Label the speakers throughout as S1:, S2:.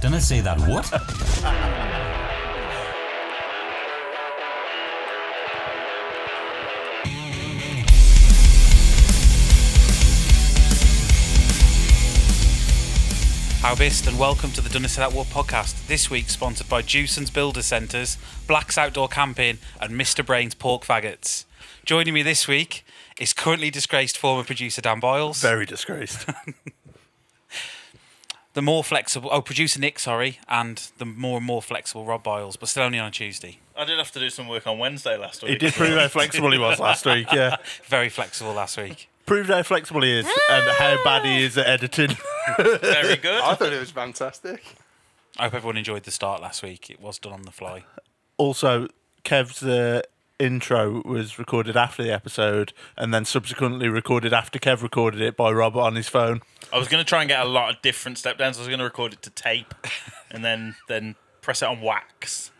S1: Didn't I say that? What?
S2: How best and welcome to the Dunne Say That What podcast. This week sponsored by Jewson's Builder Centres, Black's Outdoor Camping, and Mr Brain's Pork Faggots. Joining me this week is currently disgraced former producer Dan Boyles,
S3: Very disgraced.
S2: the more flexible, oh, producer Nick, sorry, and the more and more flexible Rob Boyles, but still only on a Tuesday.
S4: I did have to do some work on Wednesday last week.
S3: He did prove how flexible he was last week, yeah.
S2: Very flexible last week.
S3: Proved how flexible he is and how bad he is at editing.
S4: Very good.
S5: I thought it was fantastic.
S2: I hope everyone enjoyed the start last week. It was done on the fly.
S3: Also, Kev's uh, intro was recorded after the episode and then subsequently recorded after Kev recorded it by Robert on his phone.
S4: I was going to try and get a lot of different step downs. I was going to record it to tape, and then then press it on wax,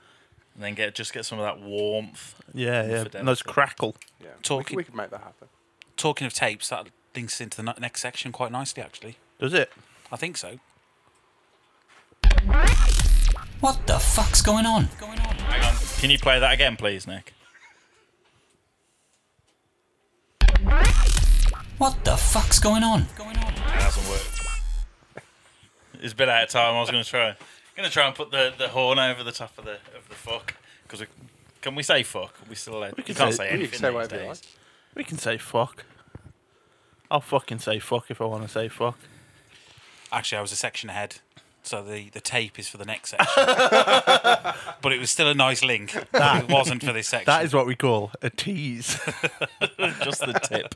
S4: and then get just get some of that warmth.
S3: Yeah, yeah.
S4: Infidel.
S3: Nice crackle.
S5: Yeah, we
S2: Talking-
S5: c- we, could make that happen.
S2: Talking of tapes, that links into the ne- next section quite nicely, actually.
S3: Does it?
S2: I think so.
S1: What the fuck's going on?
S4: Hang on. Um, Can you play that again, please, Nick?
S1: What the fuck's going on?
S4: It hasn't worked. It's a bit out of time. I was going to try. Going to try and put the, the horn over the top of the of the fuck because can we say fuck? Are we still allowed? We
S3: can
S4: can't
S3: say-
S4: say
S3: we
S5: can
S4: anything
S5: say
S4: these
S5: whatever
S4: days.
S5: you like.
S3: We can say fuck. I'll fucking say fuck if I want to say fuck.
S2: Actually, I was a section ahead, so the, the tape is for the next section. but it was still a nice link. That it wasn't for this section.
S3: That is what we call a tease.
S4: Just the tip.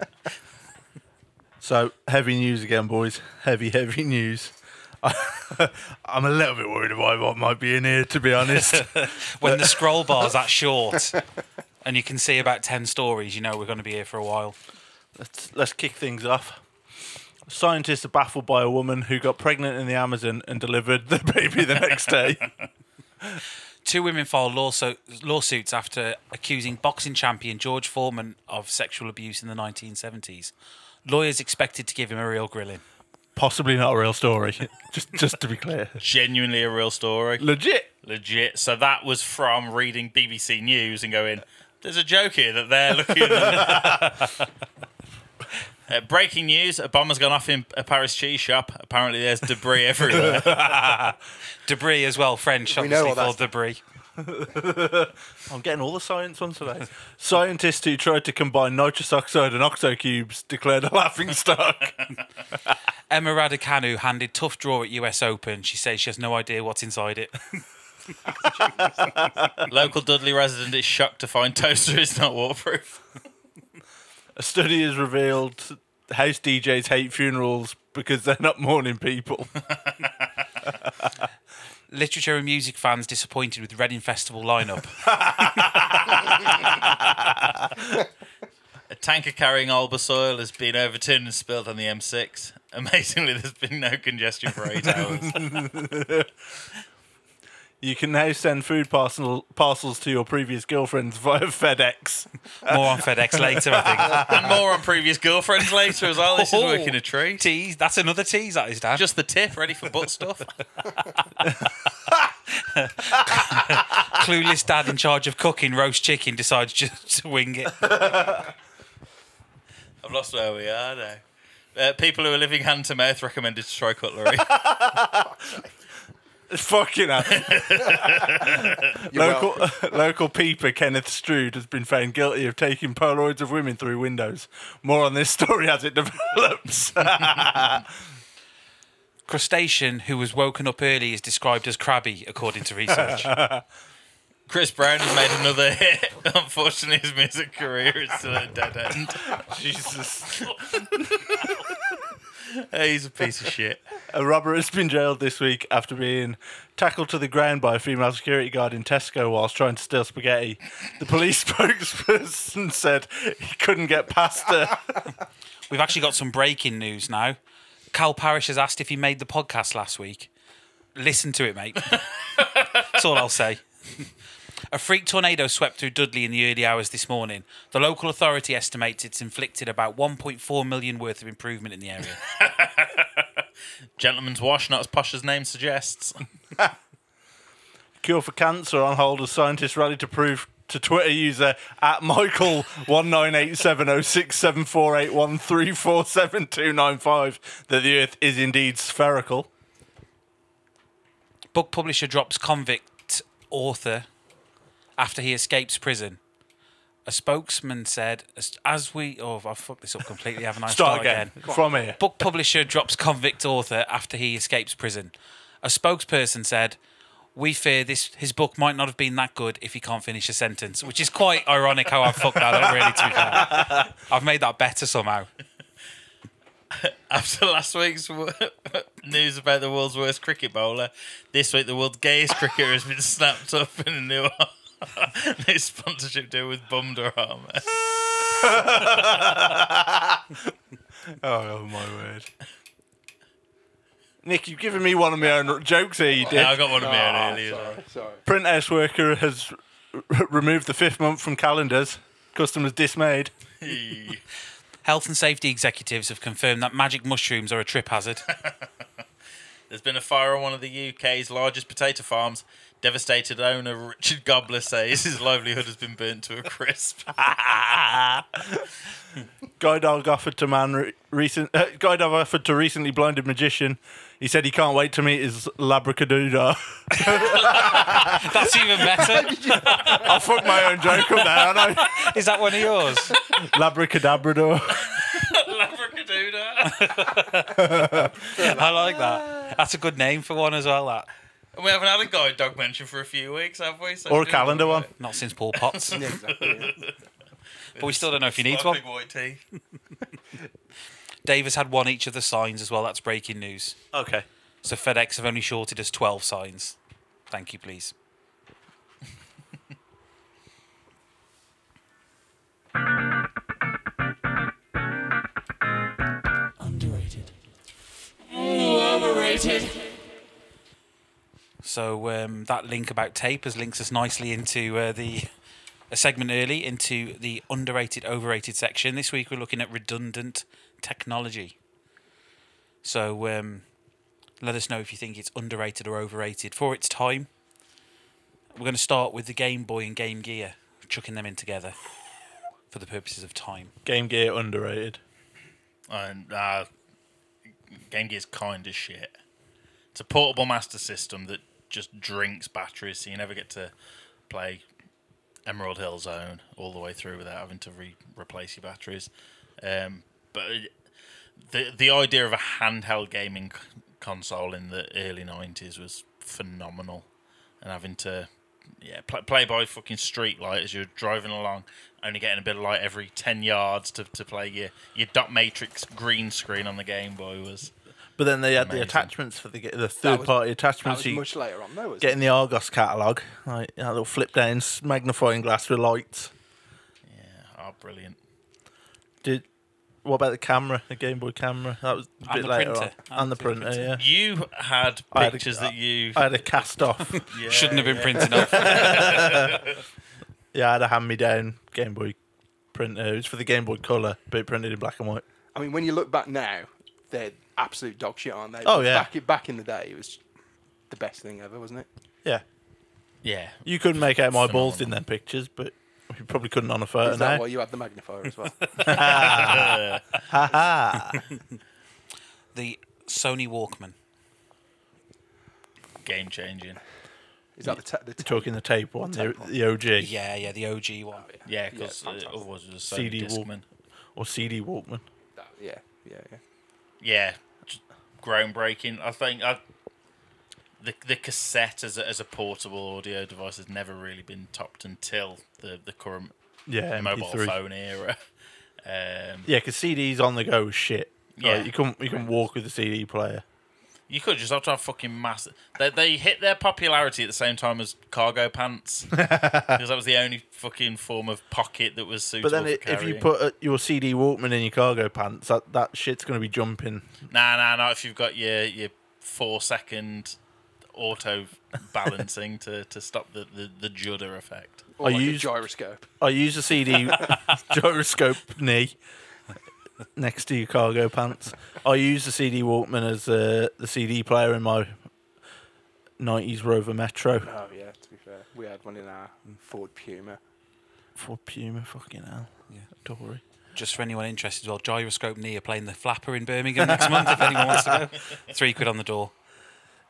S3: So heavy news again, boys. Heavy, heavy news. I'm a little bit worried about what might be in here, to be honest.
S2: when the scroll bar's that short, and you can see about ten stories. You know we're going to be here for a while.
S3: let's, let's kick things off. Scientists are baffled by a woman who got pregnant in the Amazon and delivered the baby the next day.
S2: Two women filed lawsuit, lawsuits after accusing boxing champion George Foreman of sexual abuse in the 1970s. Lawyers expected to give him a real grilling.
S3: Possibly not a real story. Just, just to be clear,
S4: Genuinely a real story.
S3: legit.
S4: Legit. So that was from reading BBC News and going, there's a joke here that they're looking at. Uh, breaking news a bomb has gone off in a Paris cheese shop. Apparently, there's debris everywhere.
S2: Debris as well, French,
S5: know
S2: obviously
S5: what that's-
S2: called debris.
S3: I'm getting all the science ones today. Scientists who tried to combine nitrous oxide and octocubes declared a laughing stock.
S2: Emma Raducanu handed tough draw at US Open. She says she has no idea what's inside it.
S4: Local Dudley resident is shocked to find toaster is not waterproof.
S3: A study has revealed house DJs hate funerals because they're not mourning people.
S2: Literature and music fans disappointed with Reading Festival lineup.
S4: A tanker carrying Alba soil has been overturned and spilled on the M6. Amazingly, there's been no congestion for eight hours.
S3: You can now send food parcel, parcels to your previous girlfriends via FedEx.
S2: More on FedEx later, I
S4: and more on previous girlfriends later as well. This is
S2: Oh.
S4: working a
S2: think.
S4: treat.
S2: Tease. That's another tease, that is, Dan.
S4: Just the tip, ready for butt stuff.
S2: clueless dad in charge of cooking roast chicken decides just to wing it.
S4: I've lost where we are now. Uh, people who are living hand to mouth recommended to try cutlery.
S3: Fucking hell.
S5: You're
S3: local,
S5: welcome.
S3: local peeper Kenneth Strood has been found guilty of taking Polaroids of women through windows. More on this story as it develops.
S2: Crustacean who was woken up early is described as crabby, according to research.
S4: Chris Brown has made another hit. Unfortunately, his music career is still at a dead end.
S3: Jesus.
S4: Uh, he's a piece of shit.
S3: A robber has been jailed this week after being tackled to the ground by a female security guard in Tesco whilst trying to steal spaghetti. The police spokesperson said he couldn't get past her.
S2: We've actually got some breaking news now. Cal Parish has asked if he made the podcast last week. Listen to it, mate. That's all I'll say. A freak tornado swept through Dudley in the early hours this morning. The local authority estimates it's inflicted about 1.4 million worth of improvement in the area.
S4: Gentleman's wash, not as posh as name suggests.
S3: Cure for cancer on hold as scientists rally to prove to Twitter user at Michael one nine eight seven oh six seven four eight one three four seven two nine five that the Earth is indeed spherical.
S2: Book publisher drops convict author after he escapes prison. A spokesman said, as, as we. Oh, I've fucked this up completely, haven't I?
S3: Start again, from here.
S2: Book publisher drops convict author after he escapes prison. A spokesperson said, "We fear this his book might not have been that good if he can't finish a sentence," which is quite ironic how I fucked that up really. To be fair, I've made that better somehow.
S4: After last week's wo- news about the world's worst cricket bowler, this week the world's gayest cricketer has been snapped up in a new, new sponsorship deal with Bumdarama.
S3: Oh, oh my word. Nick, you've given me one of my own jokes here, you
S4: Yeah, I
S3: did.
S4: got one of my own
S5: Ah,
S4: earlier.
S5: sorry, sorry.
S3: Printhouse worker has r- removed the fifth month from calendars. Customers dismayed.
S4: Hey.
S2: Health and safety executives have confirmed that magic mushrooms are a trip hazard.
S4: There's been a fire on one of the UK's largest potato farms. Devastated owner Richard Gobler says his livelihood has been burnt to a crisp.
S3: Guide dog offered to man re- recent. Uh, guide dog offered to recently blinded magician. He said he can't wait to meet his labracadoodah.
S2: That's even better.
S3: I fucked my own joke up there. I know.
S2: Is that one of yours?
S3: Labracadabrador.
S4: Labracadoodle.
S2: I like that. That's a good name for one as well. That
S4: And we haven't had a guide dog mention for a few weeks, have we? So
S3: Or a
S4: do
S3: calendar one.
S2: not since Paul Potts,
S5: Yeah, exactly. yeah.
S2: but we still don't know if he needs one.
S4: Sparkling white tea.
S2: Davis had one each of the signs as well. That's breaking news.
S3: Okay.
S2: So FedEx have only shorted us 12 signs. Thank you, please. So um, that link about tape has links us nicely into uh, the a segment early into the underrated overrated section. This week we're looking at redundant technology. So um, let us know if you think it's underrated or overrated for its time. We're going to start with the Game Boy and Game Gear, chucking them in together for the purposes of time.
S3: Game Gear underrated.
S4: And, uh, Game Gear's kind as shit. It's a portable master system that just drinks batteries, so you never get to play Emerald Hill Zone all the way through without having to re- replace your batteries. Um, but it- the the idea of a handheld gaming c- console in the early '90s was phenomenal, and having to yeah play, play by fucking street light as you're driving along, only getting a bit of light every ten yards to, to play your your dot matrix green screen on the Game Boy was
S3: But then they had
S4: Amazing.
S3: the attachments for the the third
S5: was-
S3: party
S5: That
S3: attachments.
S5: was
S3: you
S5: much later on, though.
S3: get in the Argos catalogue, like that little flip down s- magnifying glass with lights.
S4: oh brilliant.
S3: Did what about the camera, the Game Boy camera? That was a
S2: And
S3: bit
S2: the
S3: later
S2: printer.
S3: on, and the printer. Yeah,
S4: You had
S3: I had a-
S4: pictures that you
S3: I had a cast off.
S4: yeah,
S2: Shouldn't have been printing off.
S3: yeah, I had a hand me down Game Boy printer. It was for the Game Boy Color, but it printed in black and white.
S5: I mean, when you look back now, they're absolute dog shit, aren't they?
S3: Oh,
S5: But
S3: yeah.
S5: Back, back in the day, it was the best thing ever, wasn't it?
S3: Yeah,
S4: yeah.
S3: you couldn't make out my balls in them pictures, but you probably couldn't on a photo
S5: Is that
S3: now.
S5: why you had the magnifier as well?
S2: The Sony Walkman.
S4: game changing.
S5: Is that the, ta- the ta-
S3: Talking the tape one, the, the OG
S2: Yeah, yeah, the OG one.
S4: Yeah, because
S5: Yeah, fantastic.
S4: otherwise it was a Sony
S3: CD
S4: Discman.
S3: Walkman or CD Walkman.
S5: that- yeah, yeah, yeah.
S4: Yeah, just groundbreaking. I think I, the the cassette as a, as a portable audio device has never really been topped until the the current
S3: Yeah,
S4: mobile
S3: MP3.
S4: phone era. Um,
S3: Yeah, because CDs on the go was shit. Yeah,
S4: Yeah.
S3: you can you can walk with the CD player.
S4: you could just have to have fucking mass. They, they hit their popularity at the same time as cargo pants because that was the only fucking form of pocket that was suitable.
S3: But then
S4: for
S3: it, if you
S4: carrying.
S3: put uh, your CD Walkman in your cargo pants, that, that shit's gonna be jumping.
S4: Nah, nah, nah. If you've got your your four second auto balancing to, to stop the, the, the judder effect.
S5: Or
S3: I
S5: like
S3: used-
S5: a gyroscope.
S3: I use a CD gyroscope knee next to your cargo pants. I use the CD Walkman as uh, the CD player in my '90s Rover Metro
S5: Oh yeah, to be fair, we had one in our Ford Puma.
S3: for Puma. Fucking hell, yeah, Tory.
S2: Just for anyone interested, as well, Gyroscope Nia playing the flapper in Birmingham next month if anyone wants to go. Three quid on the door.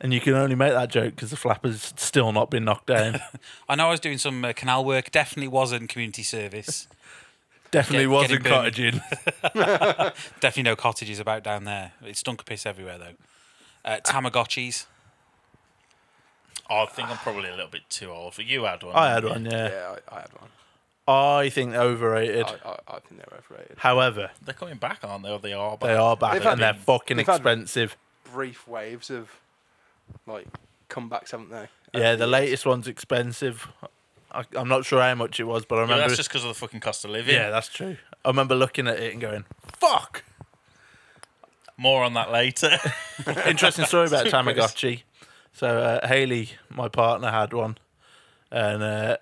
S3: And you can only make that joke because the flapper's still not been knocked down.
S2: I know I was doing some uh, canal work. Definitely wasn't community service.
S3: Definitely
S2: Get-
S3: wasn't
S2: get it
S3: cottaging.
S2: Definitely no cottages about down there. It stunk of piss everywhere though. Uh, Tamagotchis.
S4: Oh, I think I'm probably a little bit too old. But you had one.
S3: I had one.
S4: didn't you?
S3: Yeah,
S5: Yeah, I, I had one.
S3: I think they're overrated.
S5: I, I, I think they're overrated.
S3: However,
S4: They're coming back, aren't they? Or they are back.
S3: they are back
S5: They've had-
S3: and they're fucking
S5: they've had-
S3: expensive.
S5: Brief waves of like comebacks, haven't they?
S3: yeah, the latest one's expensive. I, I'm not sure how much it was, but I
S4: Yeah,
S3: remember.
S4: that's just because of the fucking cost of living.
S3: yeah, that's true. I remember looking at it and going, "Fuck."
S4: More on that later.
S3: interesting story about Tamagotchi. So uh, Haley, my partner, had one, and uh,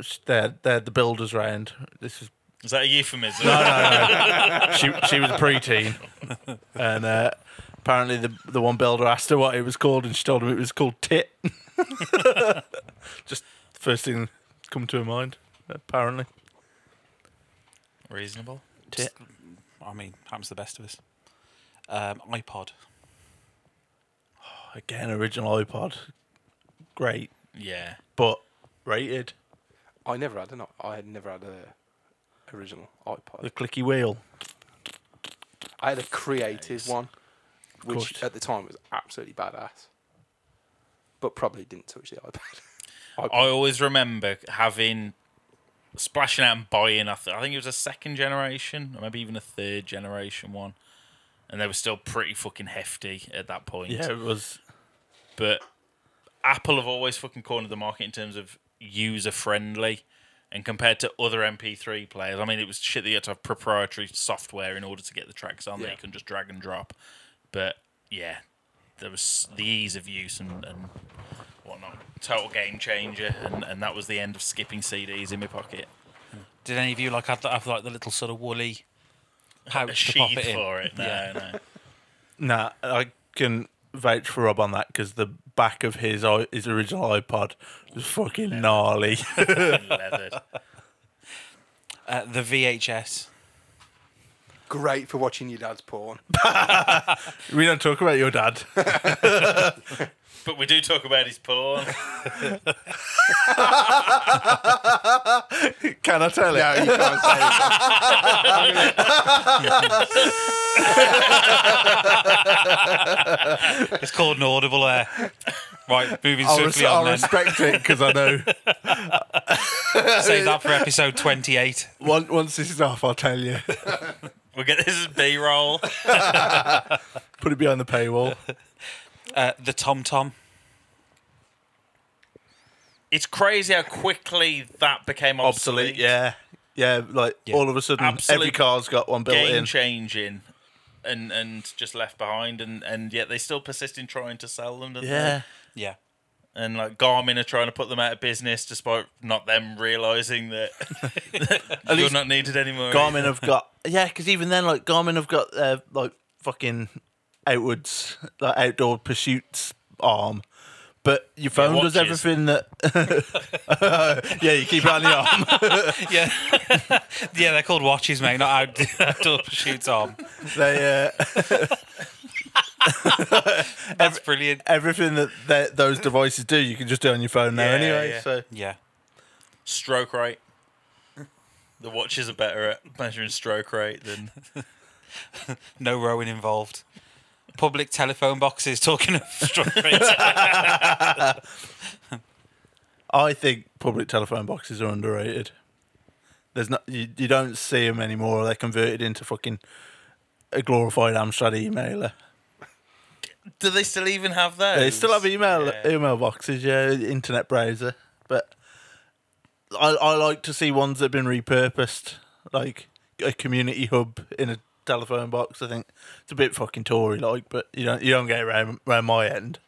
S3: sh- they had, they had the builders round. This is
S4: Is that a euphemism?
S3: she she was a preteen, and uh, apparently the the one builder asked her what it was called, and she told him it was called tit. Just first thing come to her mind, apparently.
S4: Reasonable.
S3: Tit.
S2: I mean, happens to the best of us. Um, iPod.
S3: Again, original iPod, great,
S4: Yeah.
S3: but rated
S5: I never had an. i- I had never had a original
S3: the
S5: iPod.
S3: clicky wheel.
S5: I had a creative one,
S3: course.
S5: which at the time was absolutely badass, but probably didn't touch the iPad.
S4: I always remember having splashing out and buying. I, th- I think it was a second generation, or maybe even a third generation one, and they were still pretty fucking hefty at that point.
S3: Yeah, it was
S4: But Apple have always fucking cornered the market in terms of user friendly, and compared to other MP3 players, I mean, it was shit that you had to have proprietary software in order to get the tracks on that you can just drag and drop. But yeah, there was the ease of use and. and whatnot. Total game changer, and, and that was the end of skipping CDs in my pocket.
S2: Did any of you like have, the- have like the little sort of woolly
S4: A
S2: pouch to pop
S4: sheath
S2: it in?
S4: for it. No, no.
S3: Nah, I can vouch for Rob on that because the back of his i- his original iPod was fucking gnarly.
S4: Fucking leathered.
S2: Uh, the VHS.
S5: Great for watching your dad's porn.
S3: we don't talk about your dad.
S4: But we do talk about his porn.
S3: can I tell it?
S5: No, you can't say that.
S2: It's called an audible air. right, moving
S3: I'll,
S2: swiftly
S3: res- I'll
S2: on then.
S3: respect it because I know
S2: Save that for episode 28.
S3: once, once this is off, I'll tell you.
S4: We'll get this as B roll.
S3: Put it behind the paywall.
S2: Uh, the Tom Tom.
S4: It's crazy how quickly that became obsolete.
S3: Obsolete, yeah. Yeah, like
S2: Yeah.
S3: all of a sudden, every
S4: Absolute
S3: car's got one built
S4: Game
S3: in.
S4: changing. And, and just left behind, and, and yet they still persist in trying to sell them, don't
S3: Yeah,
S2: Yeah.
S4: they? And like Garmin are trying to put them out of business, despite not them realizing that you're
S3: least
S4: not needed anymore.
S3: Garmin have got yeah, because even then, like Garmin have got their like fucking outwards like outdoor pursuits arm. But your phone does
S4: watches.
S3: everything that. yeah, you keep it on the arm.
S2: Yeah. yeah, they're called watches, mate, not out- outdoor pursuits on.
S3: They, uh,
S2: That's brilliant.
S3: everything that they, those devices do, you can just do on your phone now
S4: Yeah,
S3: anyway.
S4: yeah.
S3: So
S2: Yeah.
S4: stroke rate. The watches are better at measuring stroke rate than
S2: No rowing involved. Public telephone boxes talking of stroke rates.
S3: I think public telephone boxes are underrated. There's not you, you don't see them anymore. They're converted into fucking a glorified Amstrad emailer.
S4: Do they still even have those?
S3: They still have email
S4: Yeah.
S3: email boxes, yeah, internet browser. But I I like to see ones that have been repurposed, like a community hub in a telephone box. I think it's a bit fucking Tory like, but you don't you don't get it around, around my end.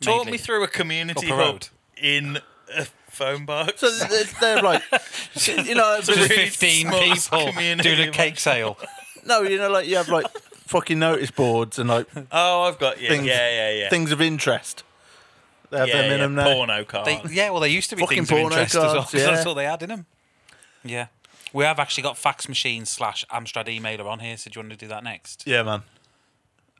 S4: Talk
S2: Maidley.
S4: me through a community
S2: Up a
S4: hub
S2: road.
S4: in a phone box.
S3: So they're, they're like, you know,
S4: Just
S2: Just
S4: really
S2: 15
S4: small
S2: people
S4: community
S2: doing a cake sale.
S3: no, you know, like you have like fucking notice boards and like
S4: Oh, I've got you.
S3: Things-
S4: yeah, yeah, yeah.
S3: things of interest. They have
S4: yeah,
S3: them in
S4: yeah,
S3: them now.
S4: porno card.
S2: They, yeah, well, they used to be
S3: Oh. Fucking
S2: things of
S3: porno
S2: interest as well.
S3: cards,
S2: 'cause That's
S3: yeah.
S2: all they had in them. Yeah. We have actually got fax machine slash Amstrad emailer on here, so do you want to do that next?
S3: Yeah, man.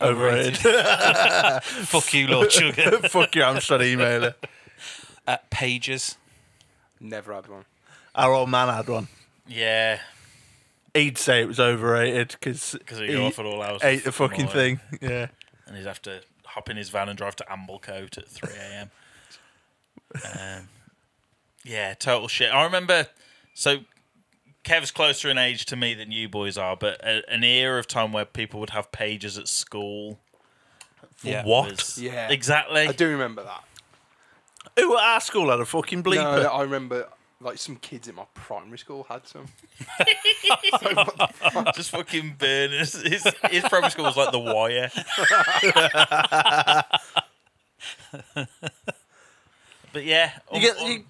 S3: Overrated.
S2: Fuck you, Lord Sugar.
S3: Fuck your Amstrad emailer.
S2: uh, pages.
S5: Never had one.
S3: Our old man had one.
S4: yeah,
S3: He'd say it was overrated because
S4: because he offered all hours.
S3: ate the fucking thing. Yeah.
S4: and he'd have to hop in his van and drive to Amblecote at 3 a.m. um, yeah, total shit. I remember, so Kev's closer in age to me than you boys are, but a, an era of time where people would have pages at school.
S2: Yeah.
S3: What?
S4: was-
S5: Yeah.
S4: exactly.
S5: I do remember that.
S3: Who at our school had a fucking
S5: No,
S3: bleeper?
S5: I remember like some kids in my primary school had some. So what the fuck?
S4: Just fucking burn. His, his, his primary school was like the wire. but yeah,
S3: You
S4: um,
S3: get,
S4: um,
S3: you,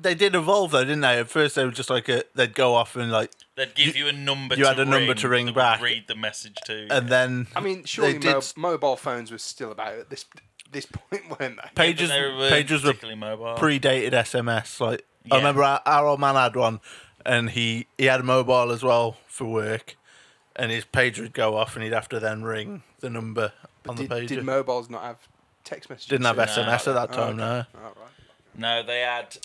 S3: they did evolve though, didn't they? At first, they were just like a, they'd go off and like,
S4: they'd give you, a number.
S3: you
S4: to
S3: had a number to ring
S4: that would
S3: back.
S4: Read the message to.
S3: and then
S5: I mean,
S3: they
S5: surely
S3: did
S5: mo- mobile phones were still about at this this point, weren't they?
S4: Yeah, but
S3: pages.
S4: they weren't
S3: pages were
S4: particularly mobile.
S3: predated SMS. Like
S4: Yeah.
S3: I remember our, our old man had one, and he he had a mobile as well for work, and his pager would go off, and he'd have to then ring the number on
S5: did,
S3: the pager.
S5: did mobiles not have text messages?
S3: Didn't have
S5: in
S4: No,
S3: SMS at that
S5: Oh,
S3: time, no.
S5: okay. All right.
S4: No, they had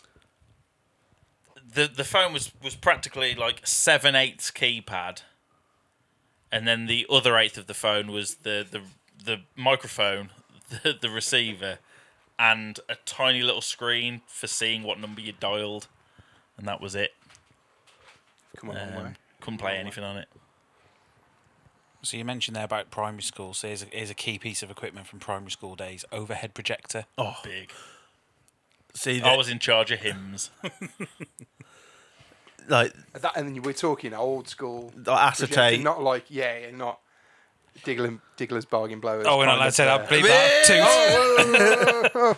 S4: the the phone was was practically like seven eighths keypad, and then the other eighth of the phone was the the the microphone, the, the receiver, and a tiny little screen for seeing what number you dialed, and that was it.
S5: Come on,
S4: Um,
S5: way.
S4: couldn't play anything on it.
S2: So you mentioned there about primary school. So here's a, here's a key piece of equipment from primary school days: overhead projector.
S3: Oh,
S4: Big.
S3: see,
S4: I
S3: that,
S4: was in charge of hymns.
S3: like
S5: That, and then we're talking old school.
S3: the acetate.
S5: projector, Not like, yeah, yeah, not Diggler, Diggler's bargain blowers.
S2: Oh, we're not
S5: kind
S2: allowed to say
S5: of, uh,
S2: that. Bleep that.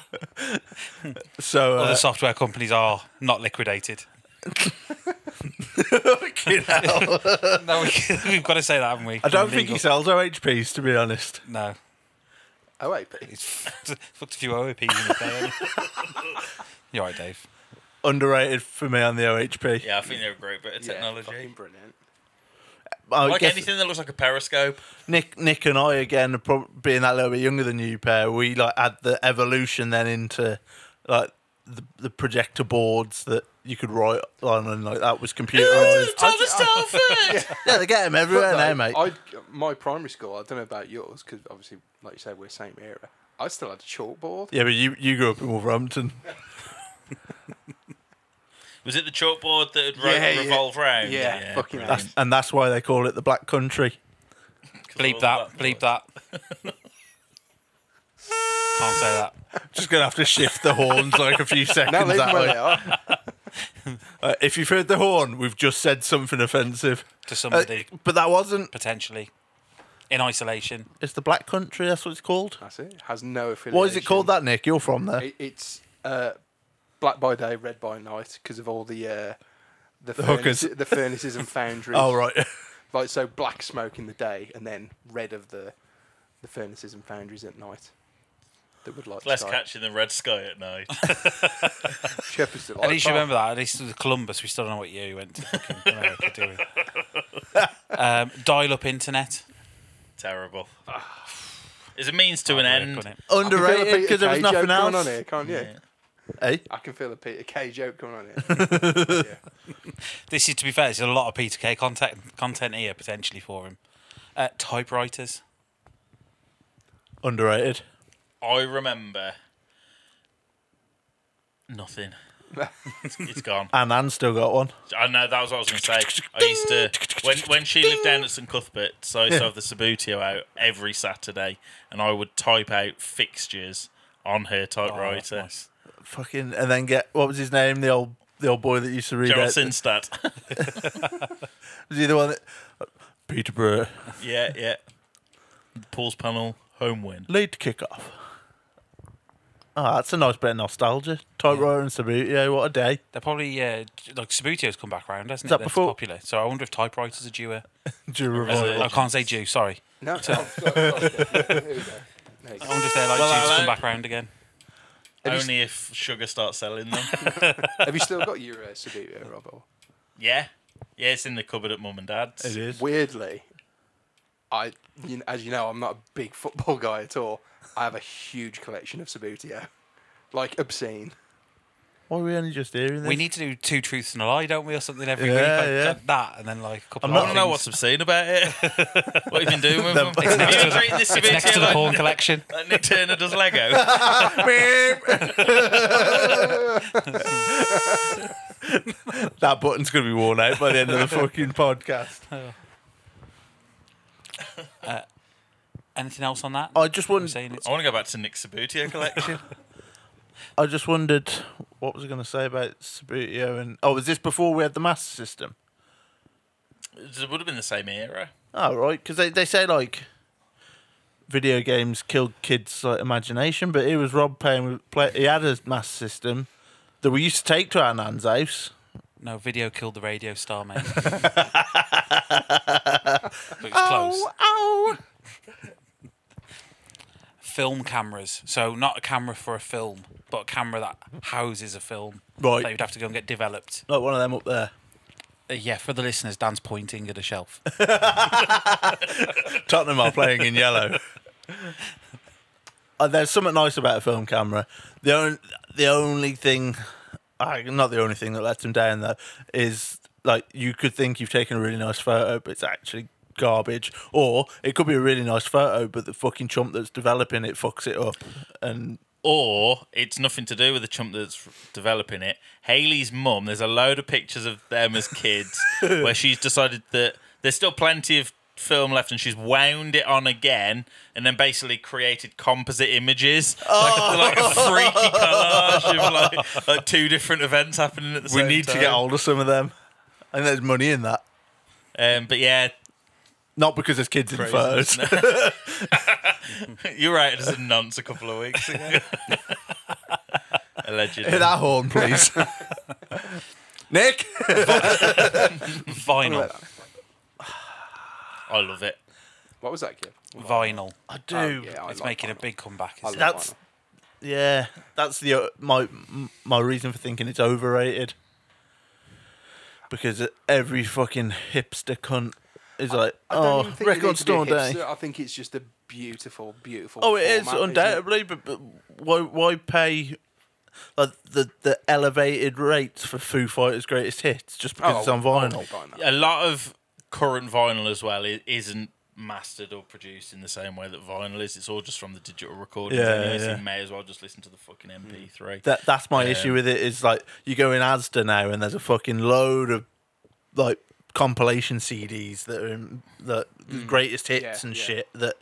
S2: Toot.
S3: Oh, so
S2: Other
S3: uh,
S2: software companies are not liquidated.
S3: fucking hell.
S2: No, we, we've got to say that, haven't we?
S3: I don't think he sells OHPs to be honest.
S2: No,
S5: Oh, wait, but
S2: he's fucked fucked a few OEPs in his day. hasn't he? You're right, Dave.
S3: Underrated for me on the OHP.
S4: Yeah, I think they're a great bit of
S5: yeah,
S4: technology.
S5: fucking brilliant.
S3: I
S4: like
S3: guess
S4: anything that looks like a periscope.
S3: Nick, Nick, and I again, prob- being that little bit younger than you, pair, we like had the evolution then into like the, the projector boards that you could write on, and like that was computerized.
S4: Thomas Telford!
S3: yeah, they get them everywhere
S5: But,
S3: now,
S5: like,
S3: mate.
S5: I, my primary school, I don't know about yours, because obviously, like you said, we're same era. I still had a chalkboard.
S3: yeah, but you you grew up in Wolverhampton.
S4: Was it the chalkboard that had ro-
S5: Yeah, yeah.
S4: revolve round?
S5: Yeah, fucking
S4: brilliant.
S5: hell.
S3: That's, and that's why they call it the Black Country.
S2: Bleep that. Bleep that. Can't say that.
S3: Just gonna have to shift the horns like a few
S5: Now
S3: seconds
S5: leave them
S3: that
S5: where
S3: way.
S5: they are.
S3: Uh, if you've heard the horn, we've just said something offensive.
S2: To
S3: Uh,
S2: somebody,
S3: but that wasn't.
S2: potentially. In isolation.
S3: It's the Black Country. That's what it's called.
S5: That's it. Has no affiliation.
S3: Why is it called that, Nick? You're from there.
S5: It, it's uh, black by day, red by night, because of all the uh, the,
S3: hookers.
S5: furnace, the furnaces and foundries.
S3: Oh right.
S5: Like so, black smoke in the day, and then red of the the furnaces and foundries at night. That would like
S4: Less
S5: sky.
S4: catching the red sky at night.
S5: Shepherds that
S3: uh,
S2: At
S5: like
S2: least you
S5: sky.
S2: remember that. At least with Columbus, we still don't know what year he went to. Fucking America, do we? um, dial-up internet.
S4: Terrible. It's a means to an
S2: America,
S4: end.
S2: wasn't it?
S5: I can feel a
S3: Underrated
S5: Peter
S3: because there was
S5: Kay
S3: nothing
S5: joke
S3: else.
S5: Going on here, can't you?
S3: Eh?
S5: I can feel a Peter Kay joke going on here. yeah.
S2: This is, to be fair, there's a lot of Peter Kay content, content here potentially for him. Uh, typewriters.
S3: Underrated.
S4: I remember nothing. It's- it's gone.
S3: And Anne's still got one.
S4: I know that was what I was going to say. I used to when when she lived down at St Cuthbert's, I used to have the Sabutio out every Saturday, and I would type out fixtures on her
S2: Oh,
S4: typewriter.
S2: that's nice.
S3: Fucking and then get what was his name? The old the old boy that used to read
S4: Gerald
S3: out-
S4: Sinstad.
S3: Was he the one that Peterborough
S4: yeah, yeah. Paul's panel home win.
S3: late kickoff? Ah, that's a nice bit of nostalgia. Typewriter and Sabutio, what a day.
S2: They're probably, uh, like, Sabutio's come back round, hasn't
S3: that
S2: it? That's
S3: before-
S2: popular. So I wonder if typewriters are due a...
S3: Do you
S2: I
S3: revival?
S2: can't say due, sorry.
S5: No. oh, sorry, sorry, Here we go. There you go.
S2: I wonder if they're like due to
S4: Well, hello.
S2: come back round again.
S5: Have you
S4: Only if Sugar starts selling them.
S5: Have you still got your uh, Suburbia, Rob? or-
S4: yeah. Yeah, it's in the cupboard at mum and dad's.
S3: It is.
S5: Weirdly, I, you know, as you know, I'm not a big football guy at all. I have a huge collection of Sabutio, like obscene.
S3: Why are we only just hearing this?
S2: We need to do two truths and a lie, don't we, or something every
S3: Yeah,
S2: week? Like,
S3: yeah.
S2: like that, and then like a couple.
S4: I
S2: of
S4: want to know
S2: things.
S4: what's obscene about it. what have you been doing with them?
S3: Them- It's
S4: Have
S2: next
S4: you
S2: to
S4: been
S2: the-
S4: treating this
S2: It's next to the
S4: like-
S2: porn collection.
S4: like Nick Turner does Lego.
S3: that button's going to be worn out by the end of the fucking podcast.
S2: Anything else on that?
S3: I just
S2: I'm
S3: wondered.
S2: saying it's
S4: I want to go back to Nick Sabutio collection.
S3: I just wondered what was I going to say about Sabutio and oh, was this before we had the master system?
S4: it would have been the same era.
S3: Oh right, because they they say like video games killed kids' like, imagination, but here was Rob playing. with- Play, he had a master system that we used to take to our nan's house.
S2: no video killed the radio star, mate. but it's close.
S3: oh!
S2: Film cameras, so not a camera for a film, but a camera that houses a film.
S3: Right.
S2: that you'd have to go and get developed.
S3: Like one of them up there.
S2: Uh, yeah, for the listeners, Dan's pointing at a shelf.
S3: Tottenham are playing in yellow. Uh, there's something nice about a film camera. The only the only thing, uh, not the only thing that lets them down though, is like you could think you've taken a really nice photo, but it's actually garbage. Or it could be a really nice photo, but the fucking chump that's developing it fucks it up. And
S4: Or it's nothing to do with the chump that's developing it. Haley's mum, there's a load of pictures of them as kids where she's decided that there's still plenty of film left and she's wound it on again and then basically created composite images
S3: Oh.
S4: like, like a freaky collage of like, like two different events happening at the
S3: we
S4: same time.
S3: need to get hold of some of them. And there's money in that,
S4: Um, but yeah,
S3: not because there's kids in the
S4: Crazy,
S3: photos.
S4: you're right. It was a nonce a couple of weeks ago. Allegedly.
S3: Hit that horn, please. Nick.
S2: Vinyl,
S5: Oh,
S4: I love it.
S5: What was that, kid?
S2: vinyl.
S3: I do.
S5: Oh, yeah, I
S2: It's
S5: like
S2: making a
S5: vinyl.
S2: big comeback.
S5: I
S2: Isn't
S5: like
S2: it?
S3: That's yeah. That's the uh, my m- my reason for thinking it's overrated because every fucking hipster cunt is like,
S5: I don't
S3: oh,
S5: even think you need
S3: record
S5: to be a
S3: store day.
S5: hipster. I think it's just a beautiful, beautiful.
S3: Oh, it is
S5: format, isn't
S3: undoubtedly, But, but why why pay like the the elevated rates for Foo Fighters' greatest hits just because
S5: Oh,
S3: it's on
S5: I'll
S3: vinyl?
S5: take vinyl.
S4: A lot of current vinyl as well i- isn't mastered or produced in the same way that vinyl is. It's all just from the digital recordings.
S3: Yeah,
S4: anyway, so
S3: yeah.
S4: you may as well just listen to the fucking MP3.
S3: That that's my issue with it. Is like you go in Asda now and there's a fucking load of like compilation CDs that are in, that the greatest hits
S5: Yeah,
S3: and
S5: yeah.
S3: shit that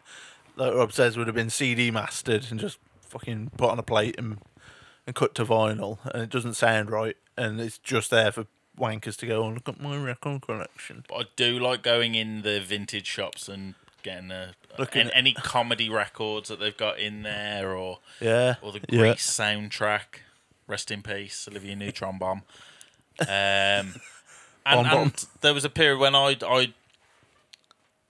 S3: like Rob says would have been CD mastered and just fucking put on a plate and and cut to vinyl and it doesn't sound right and it's just there for wankers to go and look at my record collection.
S4: but I do like going in the vintage shops and getting a,
S3: Looking
S4: and
S3: at-
S4: any comedy records that they've got in there or
S3: Yeah,
S4: or the Grease
S3: yeah.
S4: soundtrack. Rest in peace, Olivia Neutron Bomb. Um, and,
S3: Bomb, bomb.
S4: and there was a period when I I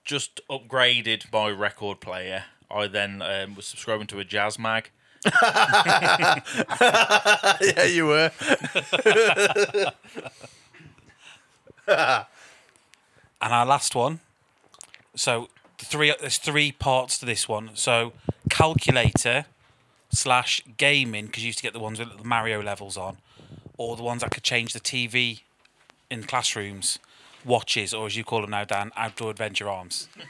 S4: just upgraded my record player. I then um, was subscribing to a jazz mag,
S3: yeah, you were.
S2: And our last one. So three there's three parts to this one. So calculator slash gaming because you used to get the ones with the Mario levels on, or the ones that could change the TV in classrooms, watches, or as you call them now, Dan, outdoor adventure arms.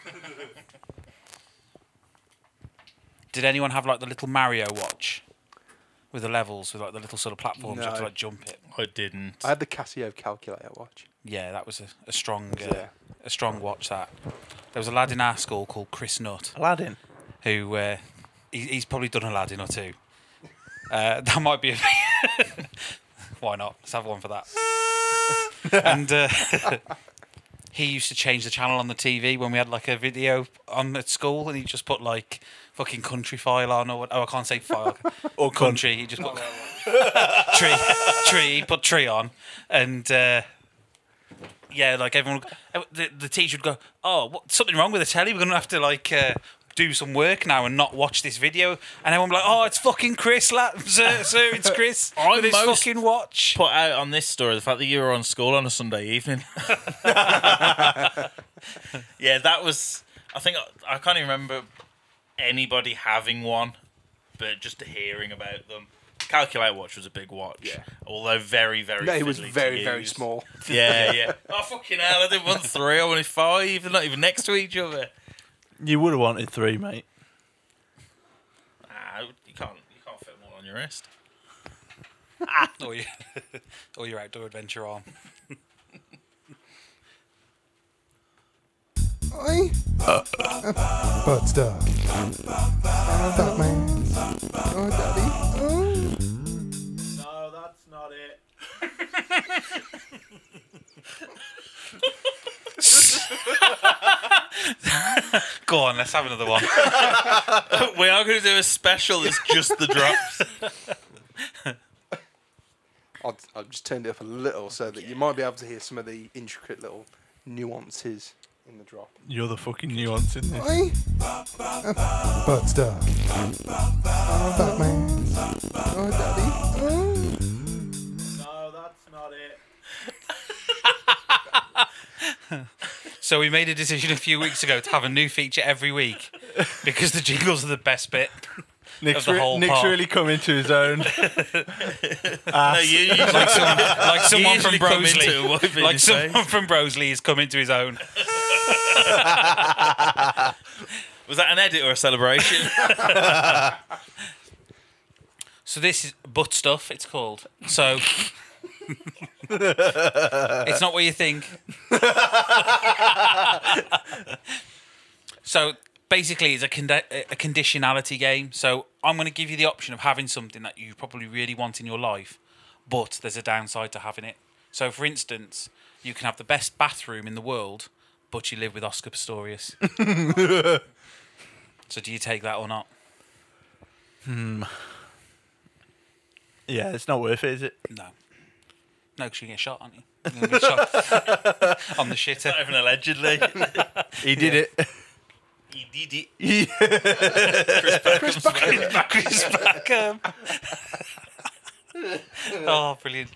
S2: Did anyone have like the little Mario watch with the levels with like the little sort of platforms you have to
S5: No.
S2: like jump it?
S4: I didn't.
S5: I had the Casio calculator watch.
S2: Yeah, that was a, a strong uh,
S5: Yeah.
S2: a strong watch. That there was a lad in our school called Chris Nutt
S3: Aladdin.
S2: who uh, he, he's probably done Aladdin or two. Uh, that might be. A Why not? Let's have one for that. and uh, he used to change the channel on the TV when we had like a video on at school, and he just put like fucking country file on, or what- oh, I can't say file or country. He just put tree, tree. He put tree on, and. Uh, yeah, like everyone, the, the teacher would go, "Oh, what, something wrong with the telly? We're gonna have to like uh, do some work now and not watch this video. And everyone be like, oh, it's fucking Chris, la- sir, sir, it's Chris.
S4: I
S2: with his
S4: most-
S2: fucking watch.
S4: Put out on this story the fact that you were on school on a Sunday evening. yeah, that was. I think I, I can't even remember anybody having one, but just hearing about them. Calculate watch was a big watch,
S5: Yeah.
S4: although very very.
S5: No, it was
S4: fiddly to
S5: very, very
S4: use.
S5: small.
S4: Yeah, yeah. oh fucking hell! I did one three, I wanted five. They're not even next to each other.
S3: You would have wanted three, mate.
S4: Ah, you can't you can't fit them all on your wrist.
S2: Or, your, or Oh, your outdoor adventure arm.
S6: I butt stuff. Fat man. Oh, daddy. Oh.
S3: No, Oh, that's not it.
S2: Go on, let's have another one.
S4: we are going to do a special that's just the drops.
S5: I'll, I'll just turn it up a little so that you might be able to hear some of the intricate little nuances in the drop.
S3: You're the fucking nuance in this.
S6: I butt stuff. Fat man. Oh, daddy. Oh.
S3: No, that's not it.
S2: So we made a decision a few weeks ago to have a new feature every week because the jingles are the best bit.
S3: Nick's,
S2: the
S3: re-
S2: whole
S3: Nick's
S2: part.
S3: really come into his own.
S4: no, you, you
S2: Like someone, like someone from
S4: usually come into it,
S2: Brosley,
S4: whatever
S2: like
S4: you say.
S2: someone from Brosley has come into his own.
S4: Was that an edit or a celebration?
S2: So this is butt stuff. It's called. So it's not what you think. so basically, it's a, con- a conditionality game. So I'm going to give you the option of having something that you probably really want in your life, but there's a downside to having it. So, for instance, you can have the best bathroom in the world, but you live with Oscar Pistorius. so, do you take that or not?
S3: Yeah, it's not worth it, is it?
S2: No. No, because you get shot, aren't you? You're gonna get shot on the shitter.
S4: Even allegedly.
S3: He did it.
S4: He did it.
S5: Chris Buckley.
S2: Chris Beckham. oh, brilliant.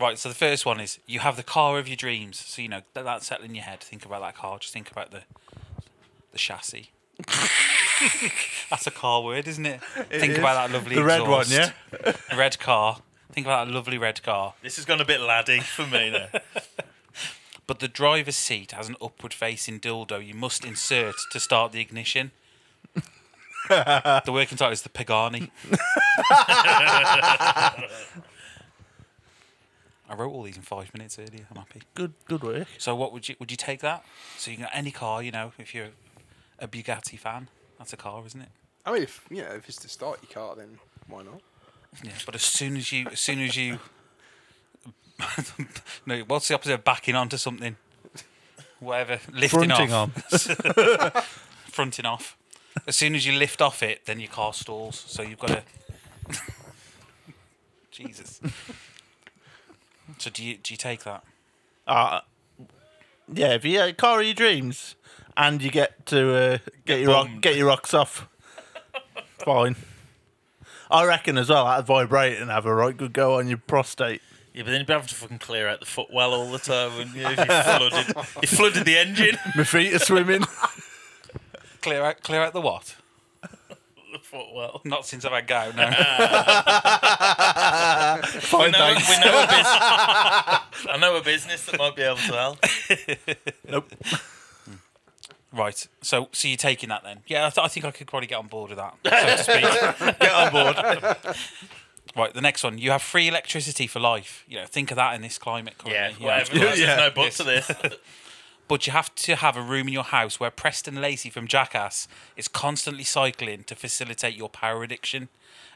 S2: Right, so the first one is you have the car of your dreams. So, you know, that, that's settled in your head. Think about that car. Just think about the the chassis. that's a car word, isn't it? think
S3: is.
S2: about that lovely
S3: The red one,
S2: exhaust. Red car. Think about that lovely red car.
S4: This has gone a bit laddie for me now.
S2: but the driver's seat has an upward facing dildo you must insert to start the ignition. the working title is the Pagani. I wrote all these in five minutes earlier. I'm happy.
S3: Good, good work.
S2: So, what would you would you take that? So you can any car, you know, if you're a Bugatti fan, that's a car, isn't it?
S5: I mean, if you know, if it's to start your car, then why not?
S2: Yeah. But as soon as you, as soon as you, no, what's the opposite of backing onto something? Whatever, lifting
S3: Fronting
S2: off. fronting off. As soon as you lift off it, then your car stalls. So you've got to. Jesus. So do you do you take that?
S3: Uh, yeah, if you get a car of your dreams and you get to uh, get, your rock,
S4: bummed.
S3: get your rocks off, fine. I reckon as well that'd vibrate and have a right good go on your prostate.
S4: Yeah, but then you'd be having to fucking clear out the footwell all the time, wouldn't you? If you flooded, you flooded the engine.
S3: My feet are swimming.
S2: Clear out clear out the what?
S4: the footwell.
S2: Not since I've had gout. No.
S4: We
S3: fine,
S4: know,
S3: thanks.
S4: we know a business. I know a business that might be able to help.
S3: Nope.
S2: Right. So, so you're taking that then? Yeah, I, th- I think I could probably get on board with that, so to speak. get on board. right. The next one. You have free electricity for life. You know, think of that in this climate
S4: Yeah,
S2: currently. you know.
S4: whatever. like,
S3: Yeah.
S4: There's no but to this.
S2: But you have to have a room in your house where Preston Lacey from Jackass is constantly cycling to facilitate your power addiction,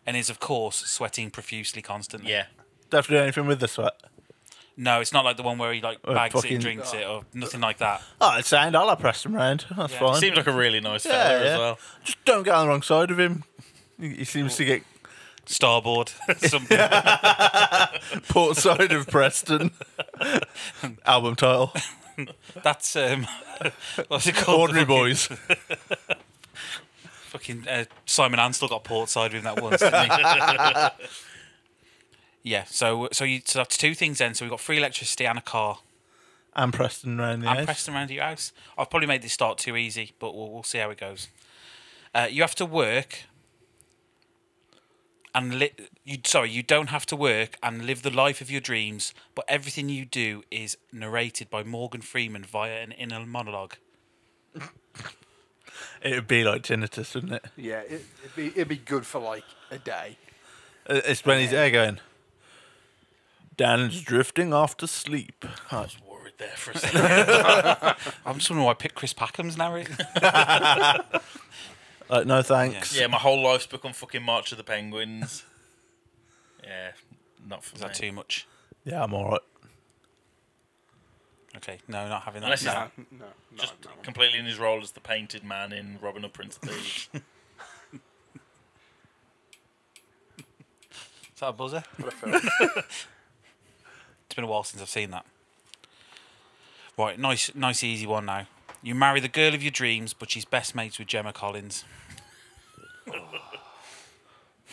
S2: and is of course sweating profusely constantly.
S4: Yeah.
S3: Don't have to do anything with the sweat.
S2: No, it's not like the one where he like
S3: Uh,
S2: bags it
S3: fucking-
S2: and drinks it or nothing like that.
S3: Oh, it's sound. I'll have Preston round. That's
S2: Yeah.
S3: fine.
S4: Seems like a really nice
S3: Yeah,
S4: fella
S3: yeah.
S4: as well.
S3: Just don't get on the wrong side of him. He he seems to get
S2: Starboard. Something.
S3: port side of Preston. Album title:
S2: That's um. What's it called?
S3: Ordinary Boys.
S2: Fucking uh, Simon Ansell got port side with him that once, didn't he? yeah, so so you so that's two things then. So we've got free electricity and a car.
S3: And Preston around the
S2: I'm
S3: edge.
S2: Preston around your house. I've probably made this start too easy, but we'll, we'll see how it goes. Uh, you have to work and li- you sorry, you don't have to work and live the life of your dreams, but everything you do is narrated by Morgan Freeman via an inner monologue.
S3: It would be like tinnitus, wouldn't it?
S5: Yeah, it, it'd be it'd be good for like a day.
S3: Uh, It's when he's there going. Dan's drifting off to sleep.
S4: I was worried there for a second.
S2: I'm just wondering why I picked Chris Packham's narrative.
S3: Like, Uh, no thanks.
S4: yeah, my whole life's become fucking March of the Penguins. Yeah, not for
S2: Is
S4: me.
S2: that too much?
S3: Yeah, I'm all right.
S2: Okay, no, not having that.
S4: Unless it's
S2: No.
S5: No, no,
S4: Just
S5: no, no.
S4: completely in his role as the painted man in Robin Hood Prince of Thieves.
S2: Is that a buzzer? it's been a while since I've seen that. Right, nice, nice, easy one now. You marry the girl of your dreams, but she's best mates with Gemma Collins.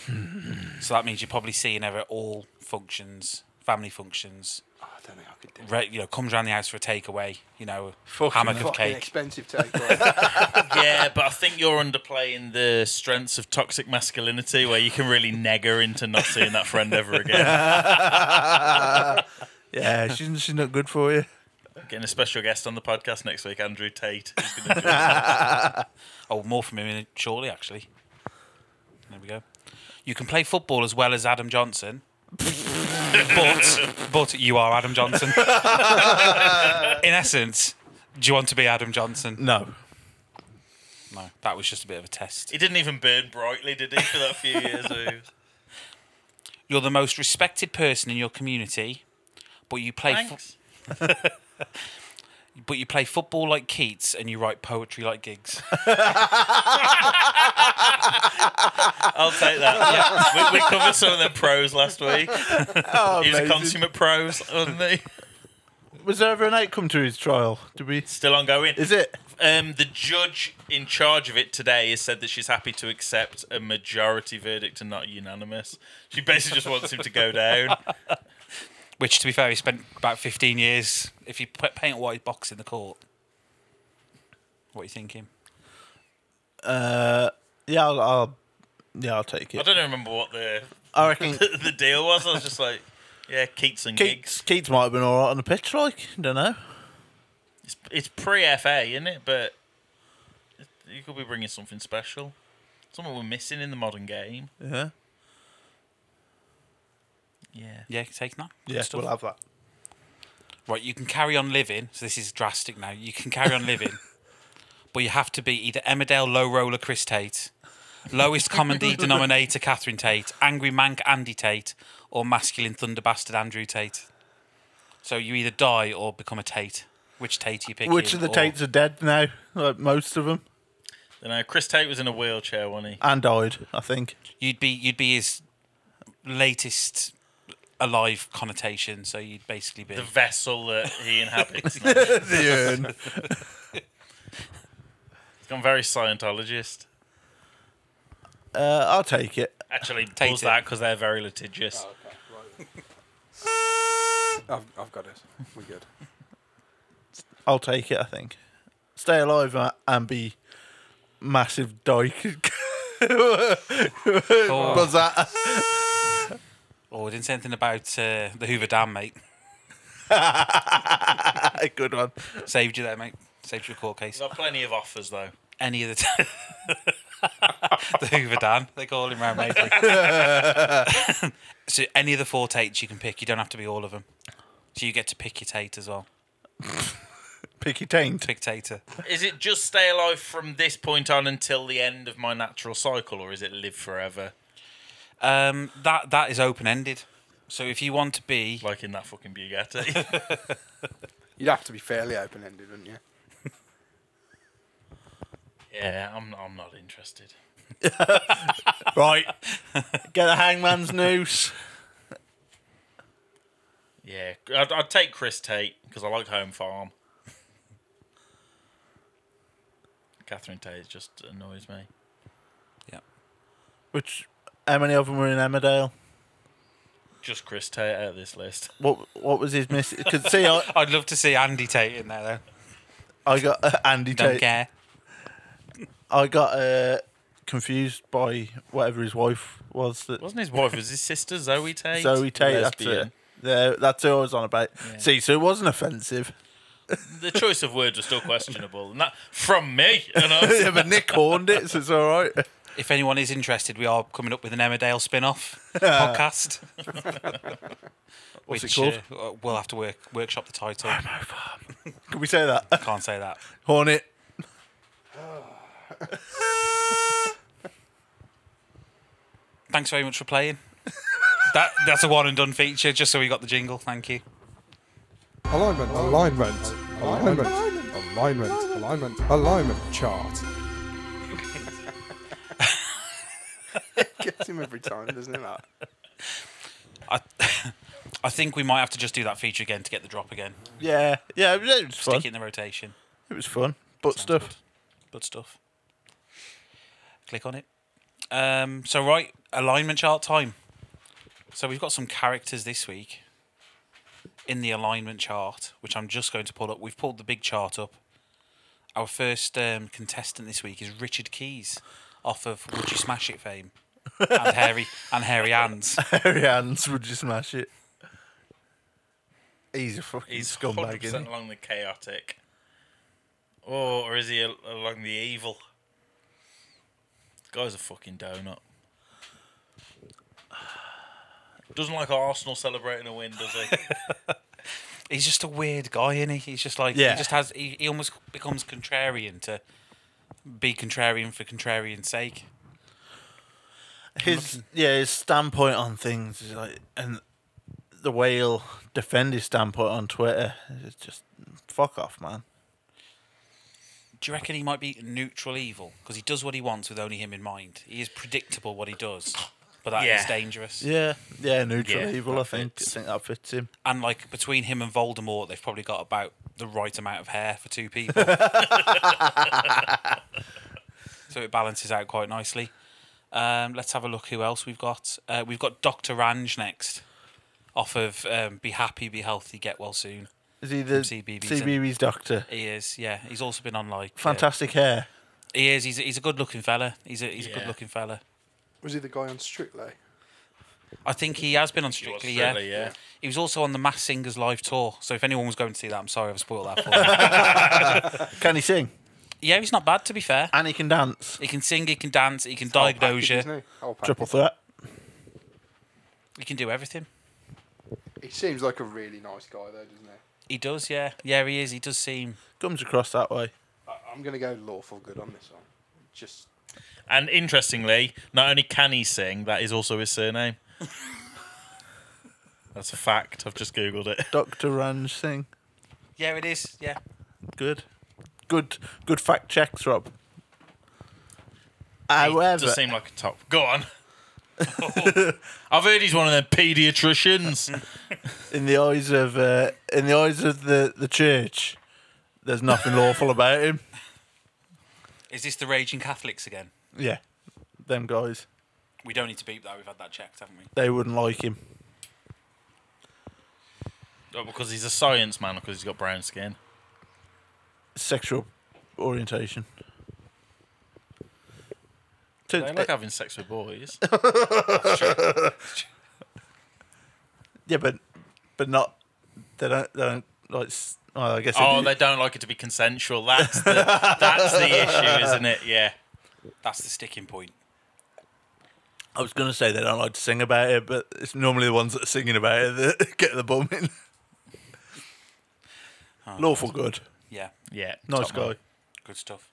S2: so that means you're probably seeing her at all functions, family functions.
S5: Oh, I don't think I could do. it.
S2: Re- you know, comes round the house for a takeaway. You know,
S3: Fucking
S2: hammock of
S5: Fucking
S2: cake.
S5: expensive takeaway.
S4: yeah, but I think you're underplaying the strengths of toxic masculinity where you can really neg her into not seeing that friend ever again.
S3: Yeah, she's, she's not good for you.
S4: Getting a special guest on the podcast next week, Andrew Tate. who's gonna do
S2: Oh, more from him in shortly, actually. There we go. You can play football as well as Adam Johnson, but but you are Adam Johnson. in essence, do you want to be Adam Johnson?
S3: No.
S2: No, that was just a bit of a test.
S4: He didn't even burn brightly, did he, for that few years? Of...
S2: You're the most respected person in your community, but you play fo-
S4: Thanks.
S2: but you play football like Keats and you write poetry like Gigs.
S4: I'll take that. Yeah. we, we covered some of them pros last week. he was a
S3: Oh, amazing.
S4: consummate pros, wasn't he?
S3: Was there ever an outcome to his trial? Did we?
S4: Still ongoing.
S3: Is it?
S4: Um, the judge in charge of it today has said that she's happy to accept a majority verdict and not unanimous. She basically just wants him to go down.
S2: Which, to be fair, he spent about 15 years. If you put paint a white box in the court, what are you thinking?
S3: Yeah, I'll, I'll yeah, I'll take
S4: I
S3: it.
S4: don't remember what the
S3: I, reckon
S4: the deal was. I was just like, yeah, Keats and
S3: Keats,
S4: Gigs.
S3: Keats might have been all right on the pitch, like don't know.
S4: It's, it's pre FA, isn't it? But you could be bringing something special. Something we're missing in the modern game.
S3: Yeah,
S4: Yeah.
S2: Yeah, taking that. Good
S3: yeah,
S2: stuff.
S3: we'll have that.
S2: Right, you can carry on living. So this is drastic now. You can carry on living, but you have to be either Emmerdale low roller Chris Tate, lowest common de- denominator Catherine Tate, angry mank Andy Tate, or masculine thunder bastard Andrew Tate. So you either die or become a Tate. Which Tate are you picking?
S3: Which of the
S2: or-
S3: Tates are dead now? Like most of them,
S4: You know, Chris Tate was in a wheelchair, wasn't he?
S3: and died, I think.
S2: You'd be you'd be his latest alive connotation. So you'd basically be
S4: The vessel that he inhabits. now. He's
S3: The urn.
S4: gone very Scientologist.
S3: uh, I'll take it.
S4: Actually,
S2: Tate
S4: pulls
S2: it.
S4: that because they're very litigious.
S5: I've, I've got it. We're good.
S3: I'll take it. I think. Stay alive uh, and be massive dyke.
S2: Oh.
S3: Was that?
S2: Oh, I didn't say anything about uh, the Hoover Dam, mate.
S3: A good one.
S2: Saved you there, mate. Saved your court case.
S4: He's got plenty of offers though.
S2: Any of the t- the Hoover Dan, they call him round Maidley. so any of the four Tates you can pick. You don't have to be all of them. So you get to pick your Tate as well.
S3: Picky taint.
S2: Pick Tater.
S4: Is it just stay alive from this point on until the end of my natural cycle, or is it live forever,
S2: Um, that that is open ended. So if you want to be,
S4: like in that fucking Bugatti?
S5: You'd have to be fairly open ended, wouldn't you?
S4: yeah, I'm. I'm not interested.
S3: Right. Get a hangman's noose.
S4: Yeah, I'd, I'd take Chris Tate because I like Home Farm. Catherine Tate just annoys me.
S2: Yeah.
S3: Which how many of them were in Emmerdale?
S4: Just Chris Tate out of this list.
S3: What what was his miss? Because see, I,
S2: I'd love to see Andy Tate in there though.
S3: I got uh, Andy
S2: Don't
S3: Tate.
S2: care.
S3: I got uh, confused by whatever his wife was. That
S4: Wasn't his wife? was his sister Zoe Tate?
S3: Zoe Tate. That's
S4: Lesbian.
S3: it. There, that's who I was on about. See, so it wasn't offensive.
S4: The choice of words was still questionable, and that from me. You know?
S3: yeah, but Nick horned it, so it's all right.
S2: If anyone is interested, we are coming up with an Emmerdale spin-off podcast.
S3: What's
S2: which,
S3: it
S2: uh, uh, we'll have to work workshop the title.
S3: Can we say that?
S2: Can't say that.
S3: Horn it.
S2: Thanks very much for playing. that that's a one and done feature. Just so we got the jingle. Thank you.
S6: Alignment, alignment, alignment, alignment, alignment, alignment chart.
S5: Gets him every time, doesn't it? That?
S2: I I think we might have to just do that feature again to get the drop again.
S3: Yeah, yeah, it was, it was fun.
S2: Stick it in the rotation.
S3: It was fun. Butt stuff.
S2: Good stuff. Click on it. Um, so right, alignment chart time. So we've got some characters this week in the alignment chart, which I'm just going to pull up. We've pulled the big chart up. Our first um, contestant this week is Richard Keys, off of Would You Smash It fame, and hairy and hairy hands.
S3: Harry Hands would you smash it? He's a fucking
S4: He's
S3: scumbag,
S4: 100%
S3: isn't he?
S4: along the chaotic, or or is he al- along the evil? Guy's a fucking donut. Doesn't like Arsenal celebrating a win, does he?
S2: He's just a weird guy, isn't he? He's just like
S3: Yeah.
S2: he just has he, he almost becomes contrarian to be contrarian for contrarian's sake.
S3: His yeah, his standpoint on things is like, and the way he'll defend his standpoint on Twitter is just fuck off, man.
S2: Do you reckon he might be neutral evil? Because he does what he wants with only him in mind. He is predictable what he does, but that is
S4: Yeah.
S2: dangerous.
S3: Yeah, yeah, neutral
S4: Yeah,
S3: evil.
S4: that
S3: I think
S4: fits.
S3: I think that fits him.
S2: And like between him and Voldemort, they've probably got about the right amount of hair for two people. so it balances out quite nicely. Um, let's have a look who else we've got. Uh, we've got Dr. Range next, off of um, Be Happy, Be Healthy, Get Well Soon.
S3: Is he the
S2: CBeebies, isn't he?
S3: CBB's doctor?
S2: He is, yeah. He's also been on like. uh,
S3: Fantastic hair.
S2: he is. He's, he's a good looking fella. He's a, he's a
S4: Yeah.
S2: good looking fella.
S5: Was he the guy on Strictly?
S2: I think he has been on
S4: He was
S2: Strictly,
S4: Strictly, yeah.
S2: He was also on the Mass Singers live tour. So if anyone was going to see that, I'm sorry I've spoiled that for you.
S3: Can he sing?
S2: yeah, he's not bad to be fair.
S3: And he can dance.
S2: He can sing, he can dance, he can
S5: Whole package,
S2: diagnose you,
S5: isn't he? Whole package.
S3: Triple threat.
S2: he can do everything.
S5: He seems like a really nice guy, though, doesn't he?
S2: He does, yeah. Yeah, he is. He does seem.
S3: Comes across that way.
S5: I- I'm going to go lawful good on this one. Just
S4: And interestingly, not only can he sing, that is also his surname. That's a fact. I've just googled it.
S3: Doctor Ranj sing.
S2: Yeah, it is. Yeah.
S3: Good. Good good fact checks, Rob. However,
S4: does seem like a top. Go on. I've heard he's one of them pediatricians.
S3: in the eyes of uh, in the eyes of the, the church, there's nothing lawful about him.
S2: Is this the Raging Catholics again?
S3: Yeah. Them guys.
S2: We don't need to beep that. We've had that checked, haven't we?
S3: They wouldn't like him.
S4: Not Oh, because he's a science man, because he's got brown skin.
S3: Sexual orientation. So, uh,
S4: They like having sex with boys.
S3: yeah, but but not they don't they don't like s- well, I guess they
S4: oh,
S3: do.
S4: they don't like it to be consensual. That's the, that's the issue, isn't it? Yeah.
S2: That's the sticking point.
S3: I was gonna say they don't like to sing about it, but it's normally the ones that are singing about it that get the bum in. Oh, Lawful good,
S2: Yeah.
S4: Yeah.
S3: nice
S4: top
S3: guy,
S4: man.
S2: Good stuff.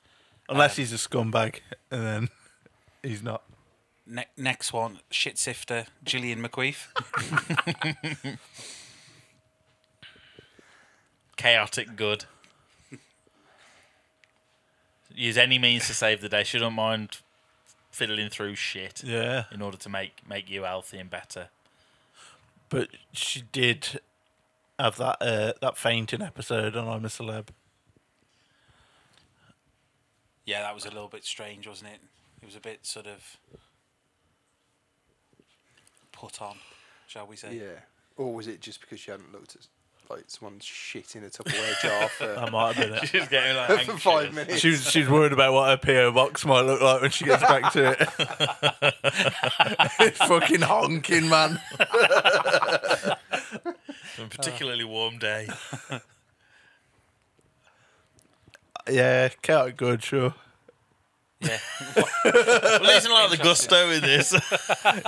S3: unless he's a scumbag, and then he's not.
S2: Ne- next one, shit sifter, Gillian McQueef.
S4: Chaotic good. Use any means to save the day. She don't mind fiddling through shit
S3: Yeah,
S4: in order to make, make you healthy and better.
S3: but she did have that uh, that fainting episode on I'm a Celeb.
S2: yeah, that was a little bit strange, wasn't it? It was a bit sort of put on, shall we say?
S5: Yeah. Or was it just because you hadn't looked at like someone's shit in a Tupperware jar for,
S3: That might have been it.
S4: She's getting like
S5: for
S4: anxious.
S5: five minutes?
S3: She was, she's worried about what her PO box might look like when she gets back to it. it's fucking honking, man.
S4: On a particularly warm day.
S3: Yeah, chaotic good, sure.
S2: Yeah.
S4: Well, there's not like the gusto in this.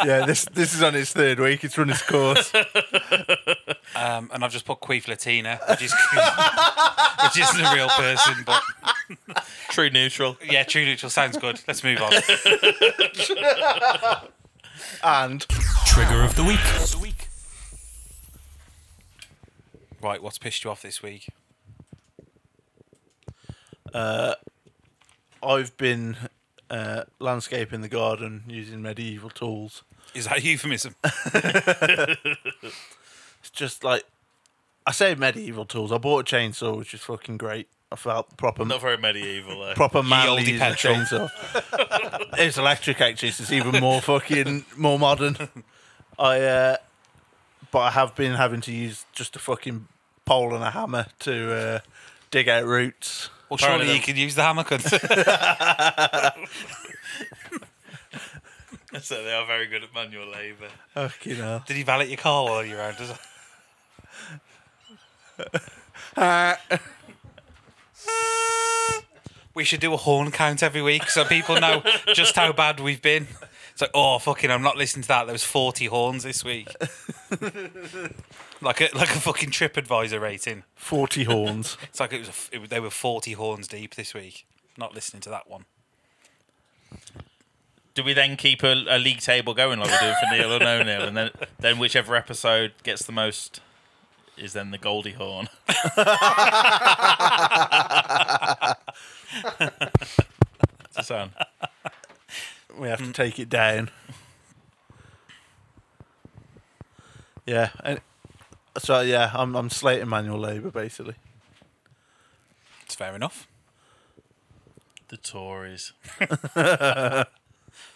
S3: Yeah, this this is on its third week. It's run its course.
S2: Um, and I've just put Queef Latina, which is which isn't a real person, but
S4: True neutral.
S2: yeah, True Neutral sounds good. Let's move on.
S3: And
S1: Trigger of the week.
S2: Right, what's pissed you off this week?
S3: I've been uh, landscaping the garden using medieval tools.
S2: Is that a euphemism?
S3: It's just like I say medieval tools. I bought a chainsaw, which is fucking great. I felt proper
S4: Not very medieval. Though.
S3: proper manly
S2: olde
S3: using a
S2: petrol.
S3: chainsaw. it's electric actually, so it's even more fucking more modern. I uh, but I have been having to use just a fucking pole and a hammer to uh, dig out roots.
S2: Well, surely
S4: Apparently
S2: you
S4: them.
S2: could use the hammer, could
S4: so they are very good at manual labour.
S3: Fucking hell.
S2: Did he valet your car while you were around? Does we should do a horn count every week so people know just how bad we've been. It's like, oh fucking, I'm not listening to that. There was 40 horns this week. like a like a fucking TripAdvisor rating.
S3: Forty horns.
S2: It's like it was, a f it, was- they were 40 horns deep this week. Not listening to that one.
S4: Do we then keep a, a league table going like we do for Neil and O'Neill, and then then whichever episode gets the most is then the Goldie Horn? Does it sound?
S3: we have to take it down. Yeah, and so yeah, I'm I'm slating manual labour basically.
S2: It's fair enough.
S4: The Tories.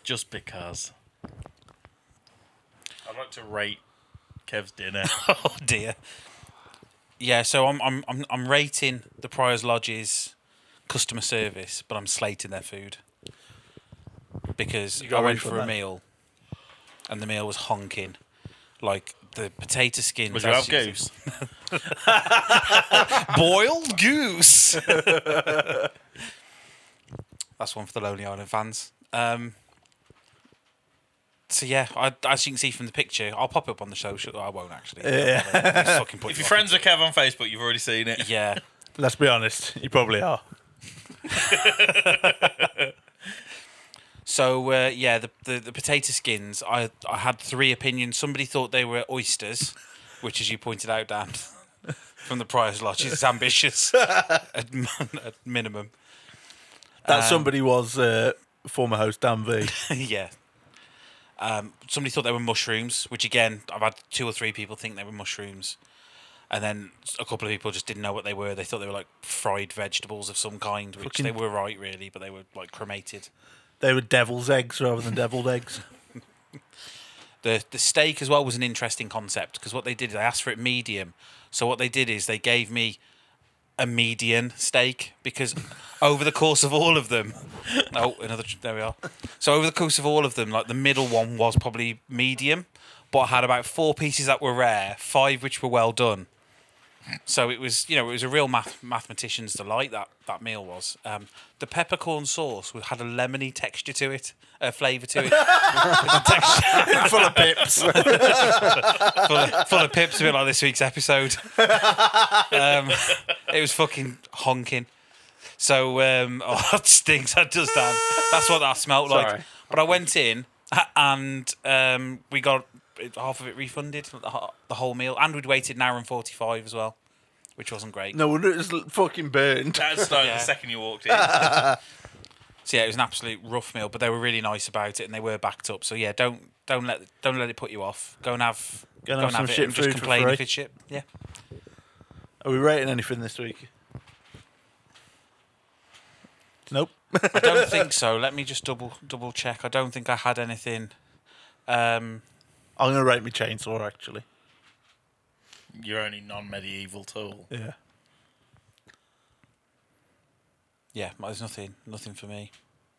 S4: Just because. I'd like to rate Kev's dinner.
S2: Oh dear. Yeah, so I'm I'm I'm, I'm rating the Prior's Lodge's customer service, but I'm slating their food because I
S3: away
S2: went
S3: from
S2: for a
S3: that.
S2: meal, and the meal was honking. Like the potato skins.
S4: Was you
S2: as
S4: have goose?
S2: Boiled goose. That's one for the Lonely Island fans. Um, so yeah, I, as you can see from the picture, I'll pop it up on the social. I won't actually. Yeah. Fucking put
S4: If
S2: you
S4: your
S2: off.
S4: friends are Kev on Facebook, you've already seen it.
S2: Yeah.
S3: Let's be honest, you probably are.
S2: So uh, yeah, the, the the potato skins. I I had three opinions. Somebody thought they were oysters, which, as you pointed out, Dan, from the prior's lodge, is ambitious at, min- at minimum.
S3: That somebody was uh, former host Dan V.
S2: yeah. Um, somebody thought they were mushrooms, which again, I've had two or three people think they were mushrooms, and then a couple of people just didn't know what they were. They thought they were like fried vegetables of some kind, which
S3: Fucking-
S2: they were right, really, but they were like cremated.
S3: They were devil's eggs rather than deviled eggs.
S2: The the steak as well was an interesting concept because what they did, they asked for it medium. So what they did is they gave me a median steak because over the course of all of them, oh another tr- there we are. So over the course of all of them, like the middle one was probably medium, but I had about four pieces that were rare, five which were well done. So it was, you know, it was a real math- mathematician's delight that that meal was. Um, the peppercorn sauce had a lemony texture to it, a flavour to it.
S3: Full of pips.
S2: full of, full of pips, a bit like this week's episode. um, it was fucking honking. So, um, oh, that stinks. That does, Dan. That's what that smelt like.
S5: Sorry.
S2: But I went in and um, we got half of it refunded, the ho- the whole meal. And we'd waited an hour and 45 as well, which wasn't great.
S3: no wonder it was l- fucking burned.
S4: That's like
S2: Yeah.
S4: the second you walked in.
S2: So yeah, it was an absolute rough meal, but they were really nice about it and they were backed up. So yeah, don't don't let don't let it put you off. Go and have
S3: Go and have some
S2: it
S3: shit
S2: and just
S3: food for
S2: complain if
S3: free.
S2: it's shit. Yeah.
S3: Are we rating anything this week? Nope.
S2: I don't think so. Let me just double double check. I don't think I had anything. Um,
S3: I'm going to rate my chainsaw, actually.
S4: Your only non-medieval tool.
S3: Yeah.
S2: yeah, there's nothing nothing for me.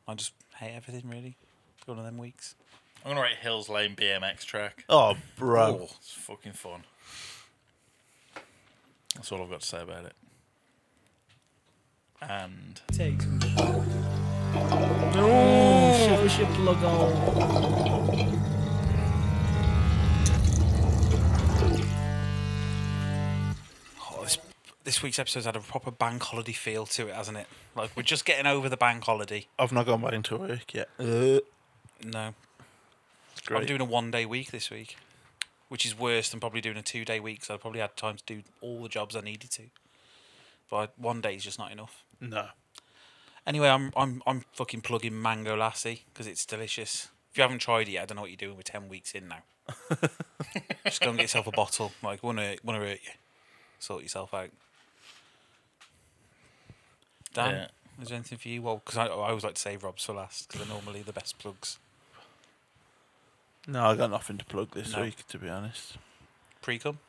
S2: I just hate everything really. It's One of them weeks.
S4: I'm gonna write Hills Lane BMX track.
S3: Oh, bro.
S4: Oh, it's fucking fun. That's all I've got to say about it. And
S7: takes me. Show us your plug hole.
S2: Oh, this this week's episode's had a proper bank holiday feel to it, hasn't it? Like we're just getting over the bank holiday.
S3: I've not gone back into work yet. Uh,
S2: No,
S3: it's great.
S2: I'm doing a one day week this week, which is worse than probably doing a two day week. So I probably had time to do all the jobs I needed to. But I- one day is just not enough.
S3: no.
S2: Anyway, I'm I'm I'm fucking plugging Mango Lassie because it's delicious. If you haven't tried it yet, I don't know what you're doing. We're ten weeks in now. Just go and get yourself a bottle. Like, won't hurt, won't hurt you. Sort yourself out. Dan,
S4: Yeah.
S2: is there anything for you? Well, because I, I always like to save Rob's for last because they're normally the best plugs.
S3: No, I got nothing to plug this
S2: No.
S3: week, to be honest.
S2: Pre cum?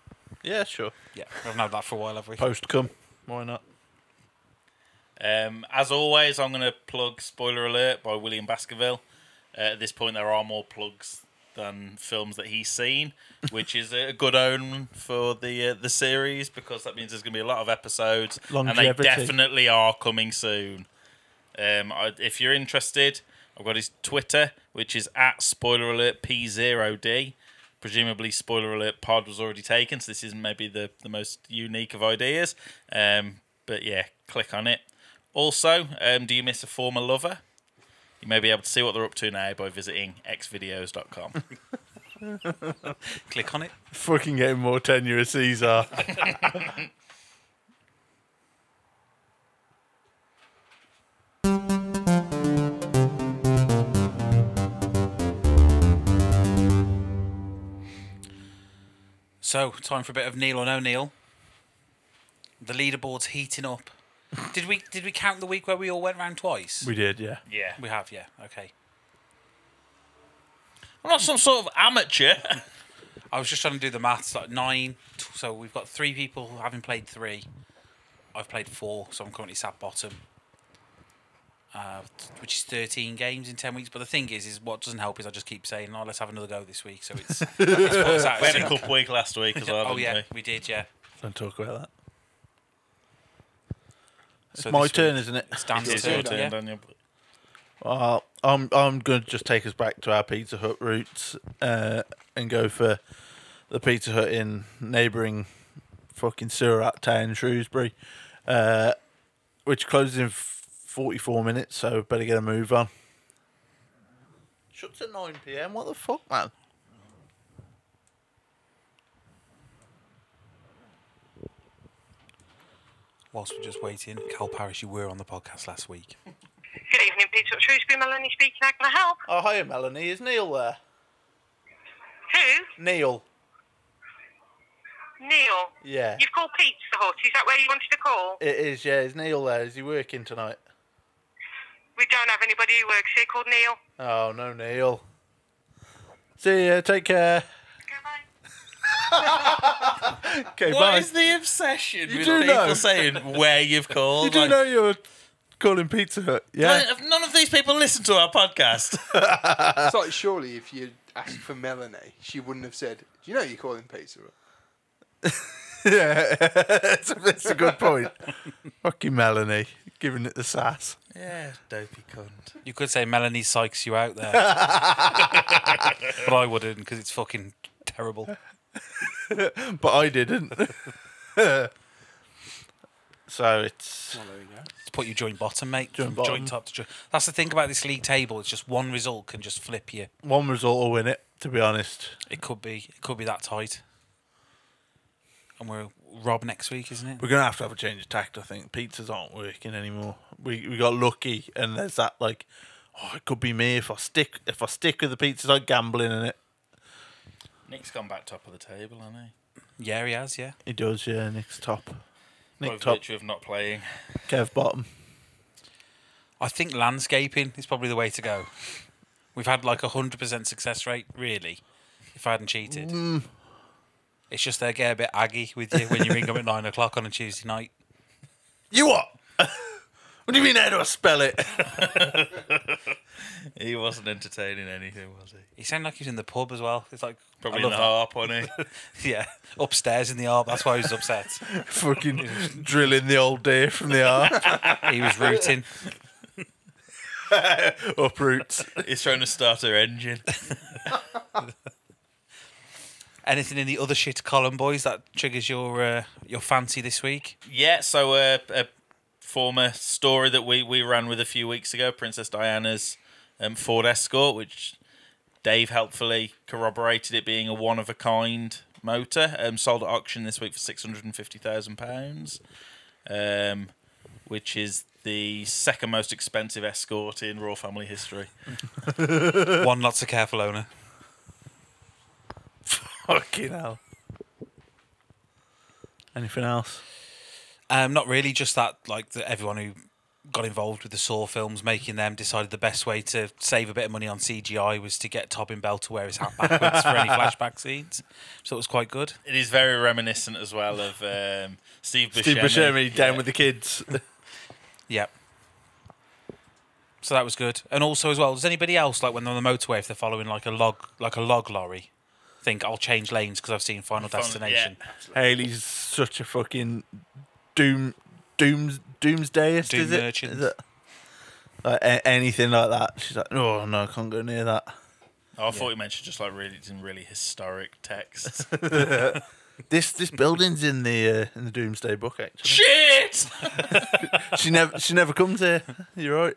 S3: Yeah, sure.
S2: Yeah, we haven't had that for a while, have we?
S3: Post come. Why not?
S4: um, as always, I'm gonna plug Spoiler Alert by William Baskerville. Uh, at this point, there are more plugs than films that he's seen, which is a good omen for the uh, the series because that means there's gonna be a lot of episodes, and they
S3: Longevity.
S4: definitely are coming soon. Um, I, if you're interested, I've got his Twitter, which is at spoiler alert p0d. Presumably, spoiler alert pod was already taken, so this is maybe the, the most unique of ideas. Um, but yeah, click on it. Also, um, do you miss a former lover? You may be able to see what they're up to now by visiting xvideos.com.
S2: Click on it.
S3: Fucking getting more tenure as Caesar.
S2: So, time for a bit of Neil or no Neil. The leaderboard's heating up. did we did we count the week where we all went round twice?
S3: we did, yeah.
S4: yeah.
S2: we have, yeah. Okay.
S4: I'm not some sort of amateur.
S2: I was just trying to do the maths, like nine. t- So we've got three people having played three. I've played four, so I'm currently sat bottom, uh, t- which is 13 games in 10 weeks. But the thing is, is what doesn't help is I just keep saying, oh, let's have another go this week. So it's. it's put us out of
S4: we had a
S2: sync.
S4: cup week last week as well,
S2: oh,
S4: didn't
S2: yeah,
S4: we?
S2: we did, yeah.
S3: Don't talk about that. It's
S2: So
S3: my
S2: this
S3: turn,
S2: week-
S3: isn't it?
S2: It's Dan's
S4: It's
S2: turn,
S4: your turn,
S2: yeah.
S4: Daniel.
S3: Uh, I'm I'm going to just take us back to our Pizza Hut roots uh, and go for the Pizza Hut in neighbouring fucking Surat town, Shrewsbury, uh, which closes in f- 44 minutes, so better get a move on. Shuts at 9 pm. What the fuck, man?
S2: Whilst we're just waiting, Cal Parish, you were on the podcast last week.
S8: Good evening, Peter Up Shrewsbury. Melanie speaking. How can I help?
S3: Oh, hiya, Melanie. Is Neil there?
S8: Who?
S3: Neil.
S8: Neil.
S3: Yeah.
S8: You've called Pizza Hut. Is that where you wanted to call?
S3: It is, yeah. Is Neil there? Is he working tonight?
S8: We don't have anybody who works here called Neil.
S3: Oh, no, Neil. See ya. Take care.
S8: Goodbye.
S3: Okay,
S4: What is the obsession with
S3: do
S4: people
S3: know.
S4: saying where you've called?
S3: You do
S4: Like,
S3: know you were calling Pizza Hut, yeah?
S4: none- None of these people listen to our podcast.
S5: It's like surely if you asked for Melanie, she wouldn't have said, "Do you know you're calling pizza?" Hut?"
S3: yeah, it's a, it's a good point. Fucking Melanie, giving it the sass.
S4: yeah, dopey cunt.
S2: You could say Melanie psychs you out there, but I wouldn't because it's fucking terrible.
S3: But I didn't. so it's.
S2: It's put you joint bottom, mate.
S3: Joint
S2: From
S3: bottom.
S2: joint top to joint. That's the thing about this league table. It's just one result can just flip you.
S3: One result will win it, to be honest.
S2: It could be. It could be that tight. And we're Rob next week, isn't it?
S3: We're going to have to have a change of tact, I think. Pizzas aren't working anymore. We we got lucky, and there's that, like, oh, it could be me if I stick if I stick with the pizzas, I'm gambling in it.
S4: Nick's gone back top of the table, hasn't he?
S2: Yeah, he has. Yeah.
S3: He does, yeah, Nick's top.
S4: By
S3: Nick top,
S4: virtue of not playing.
S3: Kev bottom.
S2: I I think landscaping is probably the way to go. We've had like a hundred percent success rate, really. If I hadn't cheated,
S3: Mm.
S2: it's just they get a bit aggy with you when you ring them at nine o'clock on a Tuesday night.
S3: You what? what do you mean? How do I spell it?
S4: He wasn't entertaining anything, was he?
S2: He sounded like he was in the pub as well. It's like I
S4: Probably in
S2: love
S4: the
S2: that.
S4: harp, wasn't he?
S2: Yeah, upstairs in the arm. That's why he was upset.
S3: Fucking drilling the old deer from the arm.
S2: he was rooting.
S3: Uproots.
S4: He's trying to start her engine.
S2: Anything in the other shit column, boys, that triggers your uh, your fancy this week?
S4: Yeah, so uh, a former story that we, we ran with a few weeks ago, Princess Diana's um, Ford Escort, which Dave helpfully corroborated it being a one of a kind motor, um, sold at auction this week for six hundred and fifty thousand pounds, um, which is the second most expensive Escort in Royal Family history.
S2: One not so careful owner.
S3: Fucking hell. Anything else?
S2: Um, not really. Just that, like, that everyone who got involved with the Saw films, making them, decided the best way to save a bit of money on CGI was to get Tobin Bell to wear his hat backwards for any flashback scenes. So it was quite good.
S4: It is very reminiscent as well of um, Steve Buscemi.
S3: Steve Buscemi down
S4: Yeah.
S3: with the kids.
S2: Yep. So that was good. And also as well, does anybody else like when they're on the motorway if they're following like a log like a log lorry, think I'll change lanes because I've seen Final
S4: Final-
S2: Destination.
S4: yeah.
S3: Haley's such a fucking doom, dooms, doomsdayist.
S2: Doom
S3: is it?
S2: merchant.
S3: Is it? Like a- anything like that? She's like, oh no, I can't go near that.
S4: Oh, I thought you mentioned just like really, it's in really historic texts.
S3: This this building's in the uh, in the doomsday book. Actually,
S4: Shit!
S3: she never she never comes here. You're right.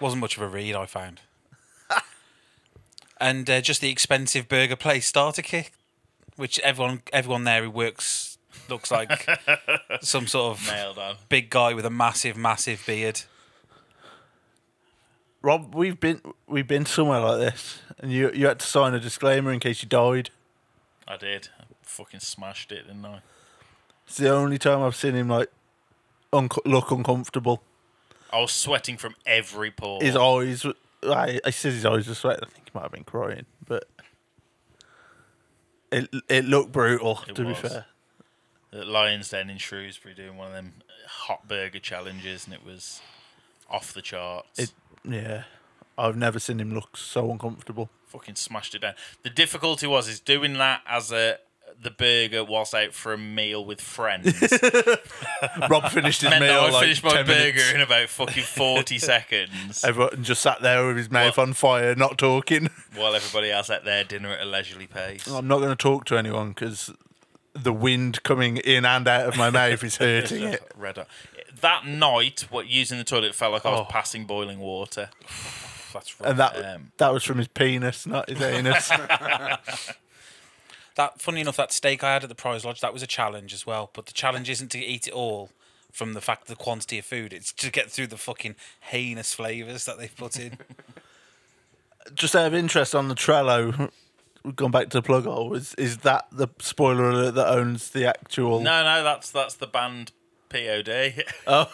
S2: Wasn't much of a read I found. and uh, just the expensive burger place starter kit, which everyone everyone there who works looks like some sort of
S4: Nailed on.
S2: big guy with a massive massive beard.
S3: Rob, we've been we've been somewhere like this, and you you had to sign a disclaimer in case you died.
S4: I did. I fucking smashed it, didn't I?
S3: It's the only time I've seen him like unco look uncomfortable.
S4: I was sweating from every pore.
S3: His eyes, were- I, I said his eyes were sweating. I think he might have been crying, but it it looked brutal.
S4: It
S3: to
S4: was.
S3: be fair,
S4: At Lions Den in Shrewsbury doing one of them hot burger challenges, and it was off the charts.
S3: it yeah, I've never seen him look so uncomfortable.
S4: fucking smashed it down. The difficulty was is doing that as a the burger whilst out for a meal with friends.
S3: Rob finished his
S4: meant that
S3: meal
S4: I
S3: like
S4: finished my
S3: 10
S4: burger
S3: minutes.
S4: in about fucking forty seconds,
S3: Everyone just sat there with his mouth
S4: What?
S3: on fire, not talking.
S4: while everybody else ate their dinner at a leisurely pace.
S3: I'm not going to talk to anyone because the wind coming in and out of my mouth is hurting it.
S4: Red hot. That night, what using the toilet felt like I was passing boiling water. That's right.
S3: And that
S4: Um,
S3: that was from his penis, not his anus.
S2: That funny enough, that steak I had at the Prize Lodge, that was a challenge as well. But the challenge isn't to eat it all from the fact of the quantity of food, it's to get through the fucking heinous flavours that they've put in.
S3: Just out of interest on the Trello, we've gone back to the plug hole. Is is that the spoiler alert that owns the actual?
S4: no, no, that's that's the band POD.
S3: of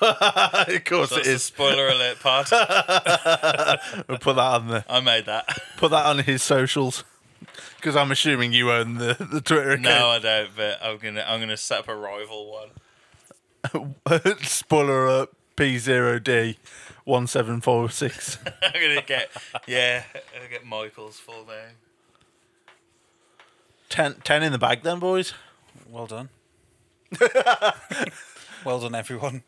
S3: course
S4: That's
S3: it
S4: the
S3: is.
S4: spoiler alert part.
S3: We'll put that on the
S4: I made that.
S3: put that on his socials because I'm assuming you own the the Twitter
S4: No,
S3: account.
S4: I don't. But I'm gonna I'm gonna set up a rival one.
S3: spoiler alert P zero D one seven four six.
S4: I'm gonna get yeah. I'll get Michael's full name.
S3: Ten ten in the bag then, boys.
S2: Well done. well done, everyone.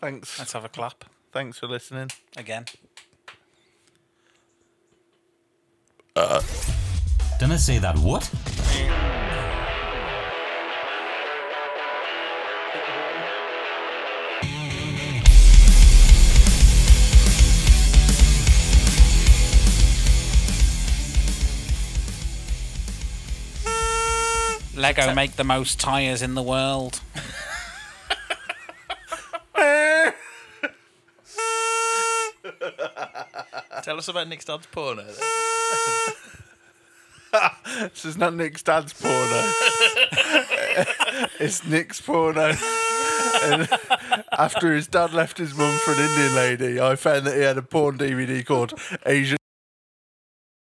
S3: Thanks.
S2: Let's have a clap
S3: Thanks for listening.
S2: again.
S1: Didn't I say that? What?
S2: Lego make the most tyres in the world.
S4: Tell us about Nick's dad's porno. then.
S3: This is not Nick's dad's porno. it's Nick's porno. and, after his dad left his mum for an Indian lady, I found that he had a porn DVD called Asian